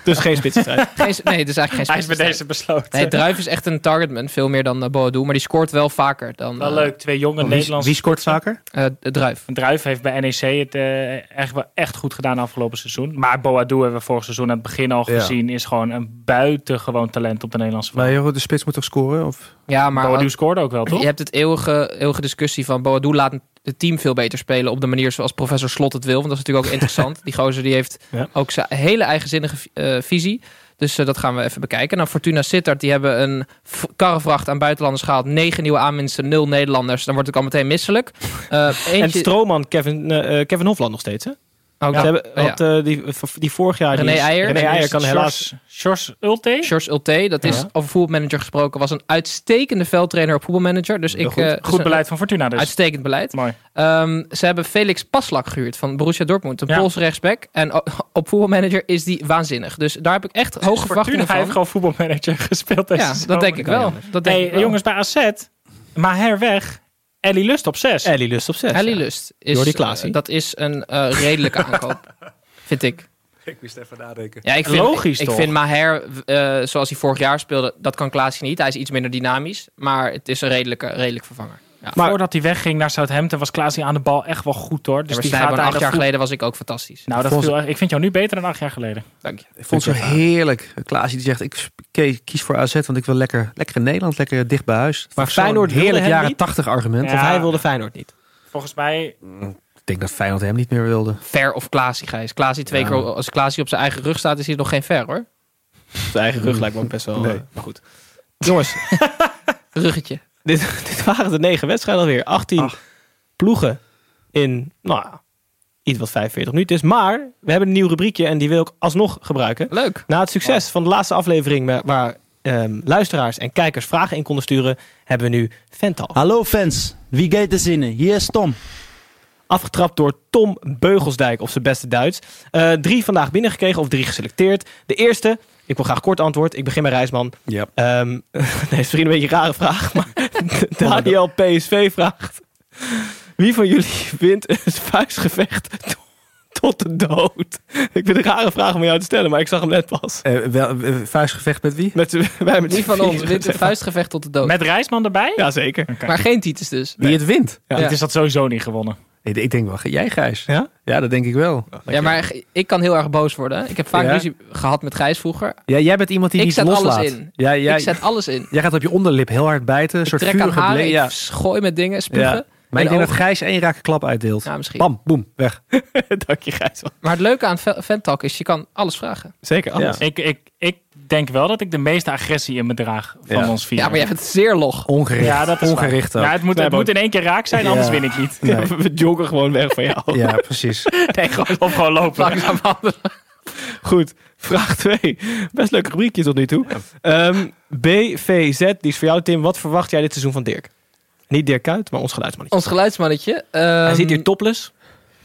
[SPEAKER 1] Dus geen spitsstrijd.
[SPEAKER 7] Geen, nee, het is eigenlijk geen
[SPEAKER 6] Hij is bij
[SPEAKER 7] spitsenstrijd.
[SPEAKER 6] deze besloten.
[SPEAKER 7] Nee, Druif is echt een targetman, veel meer dan eh, Boadu, maar die scoort wel vaker dan
[SPEAKER 6] Wel
[SPEAKER 7] eh,
[SPEAKER 6] leuk, twee jonge
[SPEAKER 5] Wie,
[SPEAKER 6] Nederlandse...
[SPEAKER 5] wie scoort vaker?
[SPEAKER 7] eh, Druif.
[SPEAKER 6] Druif heeft bij NEC het eh, echt, wel echt goed gedaan afgelopen seizoen. Maar Boadu hebben we vorig seizoen aan het begin al
[SPEAKER 5] Ja.
[SPEAKER 6] gezien. Is gewoon een buitengewoon talent op de Nederlandse
[SPEAKER 5] Maar
[SPEAKER 6] vlak.
[SPEAKER 5] joh, de spits moet toch scoren? Of?
[SPEAKER 7] Ja, maar
[SPEAKER 6] Boadu scoorde ook wel, toch?
[SPEAKER 7] je hebt het eeuwige, eeuwige discussie van Boadu laat het team veel beter spelen op de manier zoals professor Slot het wil. Want dat is natuurlijk ook interessant. Die gozer die heeft
[SPEAKER 1] Ja.
[SPEAKER 7] ook zijn hele eigenzinnige vi- eh, visie. Dus eh, dat gaan we even bekijken. Nou, Fortuna Sittard, die hebben een v- karrevracht aan buitenlanders gehaald. Negen nieuwe aanminsten, nul Nederlanders. Dan word ik al meteen misselijk. Eh,
[SPEAKER 1] en
[SPEAKER 7] eentje-
[SPEAKER 1] Stroman, Kevin, eh, eh, Kevin Hofland nog steeds. Hè?
[SPEAKER 7] Oh,
[SPEAKER 1] Ze
[SPEAKER 7] ja.
[SPEAKER 1] hebben,
[SPEAKER 7] Ja.
[SPEAKER 1] had, eh, die, die vorig jaar... die
[SPEAKER 7] René
[SPEAKER 1] is-
[SPEAKER 7] Eijer.
[SPEAKER 1] René Eijer kan helaas...
[SPEAKER 6] Sjors Ulte?
[SPEAKER 7] George Ulte, dat is over voetbalmanager gesproken, was een uitstekende veldtrainer op voetbalmanager. Dus ik, eh, dus
[SPEAKER 6] Goed
[SPEAKER 7] een-
[SPEAKER 6] beleid van Fortuna dus.
[SPEAKER 7] Uitstekend beleid.
[SPEAKER 6] Mooi.
[SPEAKER 7] Ehm, ze hebben Felix Paslak gehuurd van Borussia Dortmund. Een
[SPEAKER 6] Ja.
[SPEAKER 7] Pools rechtsback. En o- op voetbalmanager is die waanzinnig. Dus daar heb ik echt hoge verwachtingen
[SPEAKER 6] Fortuna
[SPEAKER 7] van.
[SPEAKER 6] heeft gewoon voetbalmanager gespeeld deze
[SPEAKER 7] ja,
[SPEAKER 6] zomer.
[SPEAKER 7] dat denk ik wel. Dat denk
[SPEAKER 6] Hey,
[SPEAKER 7] ik wel.
[SPEAKER 6] jongens, bij AZ, Maher weg, Ellie Lust op 6.
[SPEAKER 1] Ellie Lust op 6.
[SPEAKER 7] Ellie Lust. Is,
[SPEAKER 1] Jordi Klaasie.
[SPEAKER 7] eh, dat is een eh, redelijke aankoop. Vind ik.
[SPEAKER 5] Ik moest even nadenken.
[SPEAKER 7] Ja, ik vind,
[SPEAKER 6] Logisch,
[SPEAKER 7] ik,
[SPEAKER 6] toch?
[SPEAKER 7] Ik vind Maher, eh, zoals hij vorig jaar speelde, dat kan Klaasie niet. Hij is iets minder dynamisch. Maar het is een redelijke, redelijk vervanger.
[SPEAKER 6] Maar voordat hij wegging naar Southampton was Klaas aan de bal echt wel goed hoor. Dus
[SPEAKER 7] Dus
[SPEAKER 6] die gaat daar
[SPEAKER 7] acht jaar
[SPEAKER 6] dat voet-
[SPEAKER 7] geleden was ik ook fantastisch.
[SPEAKER 6] Nou, dat
[SPEAKER 5] Volgens-
[SPEAKER 6] viel, echt- ik vind jou nu beter dan acht jaar geleden.
[SPEAKER 7] Dank je.
[SPEAKER 5] Ik vond het zo heerlijk. Klaasje die zegt, ik sp- ke- kies voor AZ, want ik wil lekker, lekker in Nederland, lekker dicht bij huis.
[SPEAKER 1] Maar
[SPEAKER 5] Zo'n
[SPEAKER 1] Feyenoord wilde
[SPEAKER 5] heerlijk
[SPEAKER 1] hem
[SPEAKER 5] jaren
[SPEAKER 1] niet?
[SPEAKER 5] 80 argument.
[SPEAKER 6] Ja.
[SPEAKER 1] Of hij wilde Feyenoord niet.
[SPEAKER 6] Volgens mij,
[SPEAKER 5] Ik denk dat Feyenoord hem niet meer wilde.
[SPEAKER 7] Ver of Klaasie, Gijs. Klaasie twee
[SPEAKER 5] Ja.
[SPEAKER 7] keer, als Klaasie op zijn eigen rug staat, is hij nog geen ver hoor.
[SPEAKER 1] Zijn eigen rug lijkt me ook best wel.
[SPEAKER 5] Nee.
[SPEAKER 1] eh, maar goed. Jongens,
[SPEAKER 7] Ruggetje.
[SPEAKER 1] dit, dit waren de negen wedstrijden alweer. 18 ploegen in, nou ja, iets wat 45 minuten is. Maar we hebben een nieuw rubriekje en die wil ik alsnog gebruiken.
[SPEAKER 7] Leuk.
[SPEAKER 1] Na het succes van de laatste aflevering waar- waar ehm, luisteraars en kijkers vragen in konden sturen, hebben we nu Vental.
[SPEAKER 2] Hallo fans, wie gaat er zinnen? Hier is Tom.
[SPEAKER 1] Afgetrapt door Tom Beugelsdijk op zijn beste Duits. Eh, drie vandaag binnengekregen of drie geselecteerd. De eerste, ik wil graag kort antwoord. Ik begin bij Rijsman.
[SPEAKER 5] Ja.
[SPEAKER 1] Ehm, nee, is misschien een beetje een rare vraag, maar Daniel PSV vraagt... Wie van jullie wint een vuistgevecht to- tot de dood? Ik vind het een rare vraag om aan jou te stellen, maar ik zag hem net pas.
[SPEAKER 5] wel, eh, vuistgevecht met wie?
[SPEAKER 1] Met z'n- wij met
[SPEAKER 7] Wie
[SPEAKER 1] z'n
[SPEAKER 7] van ons
[SPEAKER 1] vieren,
[SPEAKER 7] wint een
[SPEAKER 1] zeg maar.
[SPEAKER 7] vuistgevecht tot de dood.
[SPEAKER 6] met Rijsman erbij,
[SPEAKER 1] Jazeker.
[SPEAKER 7] Maar geen Titus dus.
[SPEAKER 5] Wie het wint?
[SPEAKER 1] Ja.
[SPEAKER 6] het is dat sowieso niet gewonnen.
[SPEAKER 5] Ik, ik denk wel, jij Gijs.
[SPEAKER 1] Ja?
[SPEAKER 5] Ja, dat denk ik wel.
[SPEAKER 7] Ja, maar g- ik kan heel erg boos worden. hè. Ik heb vaak
[SPEAKER 5] Ja?
[SPEAKER 7] ruzie gehad met Gijs vroeger.
[SPEAKER 5] Ja, jij bent iemand die
[SPEAKER 7] Ik
[SPEAKER 5] niet
[SPEAKER 7] zet alles
[SPEAKER 5] loslaat.
[SPEAKER 7] in.
[SPEAKER 5] Ja, jij,
[SPEAKER 7] Ik zet alles in.
[SPEAKER 5] jij gaat op je onderlip heel hard bijten. Een
[SPEAKER 7] Ik
[SPEAKER 5] soort
[SPEAKER 7] trek aan
[SPEAKER 5] vurige
[SPEAKER 7] haren,
[SPEAKER 5] blee-
[SPEAKER 7] ik
[SPEAKER 5] Ja.
[SPEAKER 7] gooi met dingen,
[SPEAKER 5] Ja.
[SPEAKER 7] spugen.
[SPEAKER 5] Maar ik
[SPEAKER 7] En
[SPEAKER 5] denk
[SPEAKER 7] ook-
[SPEAKER 5] dat Gijs één rake klap uitdeelt.
[SPEAKER 7] Ja, misschien.
[SPEAKER 5] Bam, boem, weg.
[SPEAKER 1] Dank je, Gijs.
[SPEAKER 7] Maar het leuke aan Ve- Ventalk is, je kan alles vragen.
[SPEAKER 1] Zeker, alles.
[SPEAKER 6] Ik, ik, ik denk wel dat ik de meeste agressie in me draag van
[SPEAKER 5] Ja.
[SPEAKER 6] ons vier.
[SPEAKER 7] Ja, maar jij bent zeer log.
[SPEAKER 5] Ongericht.
[SPEAKER 6] Ja, dat is waar.
[SPEAKER 5] Ongericht ook.
[SPEAKER 6] Ja, het moet, het
[SPEAKER 1] Nee,
[SPEAKER 6] moet in één keer raak zijn,
[SPEAKER 5] Ja.
[SPEAKER 6] anders win ik niet.
[SPEAKER 5] Nee.
[SPEAKER 1] We joggen gewoon weg van jou.
[SPEAKER 5] Ja, precies.
[SPEAKER 6] Nee, gewoon, of gewoon lopen.
[SPEAKER 7] Langzaam handelen.
[SPEAKER 1] Goed, vraag 2. Best leuk rubriekje tot nu toe. Ehm, BVZ, die is voor jou, Tim. Wat verwacht jij dit seizoen van Dirk? Niet Dirk Kuyt, maar ons geluidsmannetje.
[SPEAKER 7] Ons geluidsmannetje.
[SPEAKER 1] Hij
[SPEAKER 7] ehm,
[SPEAKER 1] zit hier topless.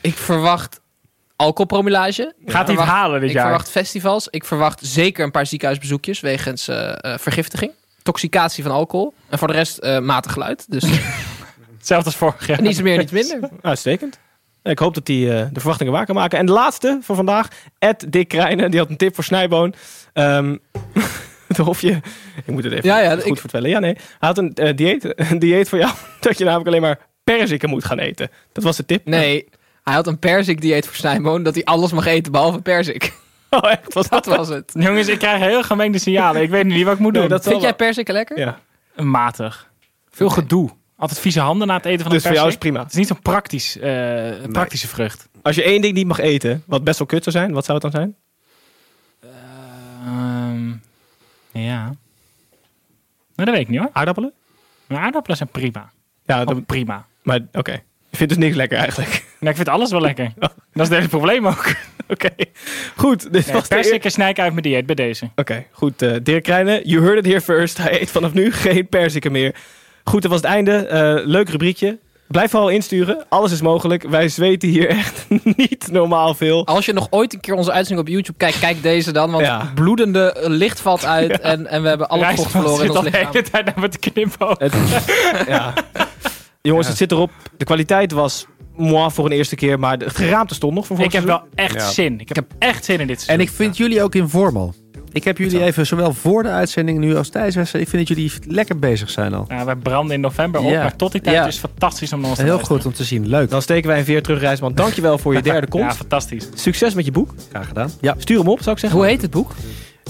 [SPEAKER 7] Ik verwacht alcoholpromillage.
[SPEAKER 6] Gaat hij het
[SPEAKER 7] verwacht-
[SPEAKER 6] halen dit
[SPEAKER 7] ik
[SPEAKER 6] jaar?
[SPEAKER 7] verwacht festivals. Ik verwacht zeker een paar ziekenhuisbezoekjes wegens eh, eh, vergiftiging. Toxicatie van alcohol. En voor de rest eh, matig geluid. Dus
[SPEAKER 6] Hetzelfde als vorig jaar.
[SPEAKER 7] niets meer, niets minder.
[SPEAKER 1] Uitstekend. Ik hoop dat die eh, de verwachtingen waar kan maken. En de laatste van vandaag, Ed Dick Krijnen, die had een tip voor Snijboon. Ehm het hofje, ik moet het even
[SPEAKER 7] Ja, ja,
[SPEAKER 1] goed
[SPEAKER 7] ik-
[SPEAKER 1] vertellen. Ja, nee. Hij had een eh, dieet, een dieet voor jou, dat je namelijk alleen maar perziken moet gaan eten. Dat was de tip.
[SPEAKER 7] Nee, hij had een perzik dieet voor Snijboon. Dat hij alles mag eten behalve perzik.
[SPEAKER 1] Oh, echt? Was dat,
[SPEAKER 7] Dat was het.
[SPEAKER 6] Jongens, ik krijg heel gemengde signalen. Ik weet nu niet wat ik moet
[SPEAKER 1] Nee,
[SPEAKER 6] doen.
[SPEAKER 1] dat zal
[SPEAKER 7] Vind jij
[SPEAKER 1] wel.
[SPEAKER 7] perziken lekker?
[SPEAKER 1] Ja.
[SPEAKER 6] Matig. Veel gedoe. Altijd vieze handen na het eten van
[SPEAKER 1] Dus
[SPEAKER 6] een
[SPEAKER 1] voor jou is
[SPEAKER 6] persik.
[SPEAKER 1] prima.
[SPEAKER 6] Het is niet zo'n praktisch, eh, praktische vrucht.
[SPEAKER 1] Als je één ding niet mag eten, wat best wel kut zou zijn, wat zou het dan zijn?
[SPEAKER 6] Ehm, ja. Maar Nou, dat weet ik niet hoor.
[SPEAKER 1] Aardappelen?
[SPEAKER 6] Maar aardappelen zijn prima.
[SPEAKER 1] Ja,
[SPEAKER 6] Gewoon
[SPEAKER 1] dat-
[SPEAKER 6] prima.
[SPEAKER 1] maar oké. Je vindt dus niks lekker eigenlijk.
[SPEAKER 6] Nee, ik vind alles wel lekker. Dat is het hele probleem ook.
[SPEAKER 1] oké. Goed, dit
[SPEAKER 6] Nee,
[SPEAKER 1] was de eer-
[SPEAKER 6] persik en snijken uit mijn dieet bij deze.
[SPEAKER 1] Oké, goed. eh, Dirk Krijnen, you heard it here first. Hij eet vanaf nu geen perziken meer. Goed, dat was het einde. Eh, leuk rubriekje. Blijf vooral insturen. Alles is mogelijk. Wij zweten hier echt niet normaal veel.
[SPEAKER 7] Als je nog ooit een keer onze uitzending op YouTube kijkt, kijk deze dan. Want
[SPEAKER 1] Ja.
[SPEAKER 7] bloedende eh, licht valt uit en, en we hebben alle
[SPEAKER 6] Rijstman
[SPEAKER 7] vocht verloren in
[SPEAKER 6] zit
[SPEAKER 7] ons
[SPEAKER 6] al de
[SPEAKER 7] lichaam.
[SPEAKER 6] hele tijd naar me te knippen.
[SPEAKER 1] Het, ja. Jongens, het zit erop. De kwaliteit was moi voor een eerste keer, maar het geraamte stond nog voor
[SPEAKER 6] Ik
[SPEAKER 1] volgend
[SPEAKER 6] heb
[SPEAKER 1] seizoen.
[SPEAKER 6] wel echt zin. Ik heb echt zin in dit
[SPEAKER 5] En
[SPEAKER 6] seizoen.
[SPEAKER 5] ik vind jullie ook in vorm al. Ik heb jullie even, zowel voor de uitzending nu als tijdens de uitzending, ik vind dat jullie lekker bezig zijn al.
[SPEAKER 6] Nou, wij branden in november op,
[SPEAKER 5] Ja.
[SPEAKER 6] maar tot die tijd
[SPEAKER 5] Ja.
[SPEAKER 6] is het fantastisch om naar ons te
[SPEAKER 5] Heel
[SPEAKER 6] luisteren.
[SPEAKER 5] goed om te zien. Leuk.
[SPEAKER 1] Dan steken wij een veer terug, Rijsman. Dankjewel voor je derde
[SPEAKER 6] Ja,
[SPEAKER 1] komst.
[SPEAKER 6] fantastisch.
[SPEAKER 1] Succes met je boek.
[SPEAKER 5] Graag gedaan. Ja.
[SPEAKER 1] Stuur hem op, zou ik zeggen.
[SPEAKER 7] Hoe heet het boek?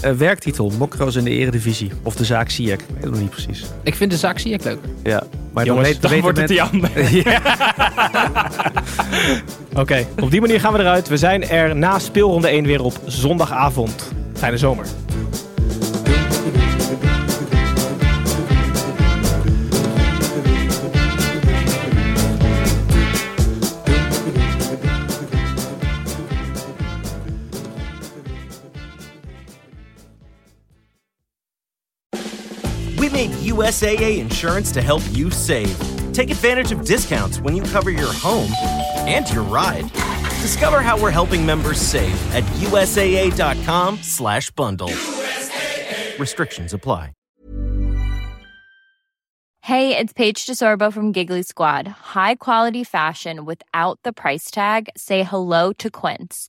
[SPEAKER 5] Eh, werktitel: Mokro's in de Eredivisie. Of de zaak Siak. Ik weet het nog niet precies.
[SPEAKER 7] Ik vind de zaak zie ik leuk.
[SPEAKER 5] Ja. Maar
[SPEAKER 1] Jongens,
[SPEAKER 5] weet-
[SPEAKER 6] Dan
[SPEAKER 5] weten
[SPEAKER 6] wordt het die
[SPEAKER 5] mensen-
[SPEAKER 6] ander.
[SPEAKER 1] Oké, op die manier gaan we eruit. We zijn er na speelronde 1 weer op zondagavond. Fijne zomer.
[SPEAKER 9] We made USAA insurance to help you save. Take advantage of discounts when you cover your home and your ride. Discover how we're helping members save at USAA.com slash bundle. Restrictions apply.
[SPEAKER 10] Hey, it's Paige DeSorbo from Giggly Squad. High quality fashion without the price tag. Say hello to Quince.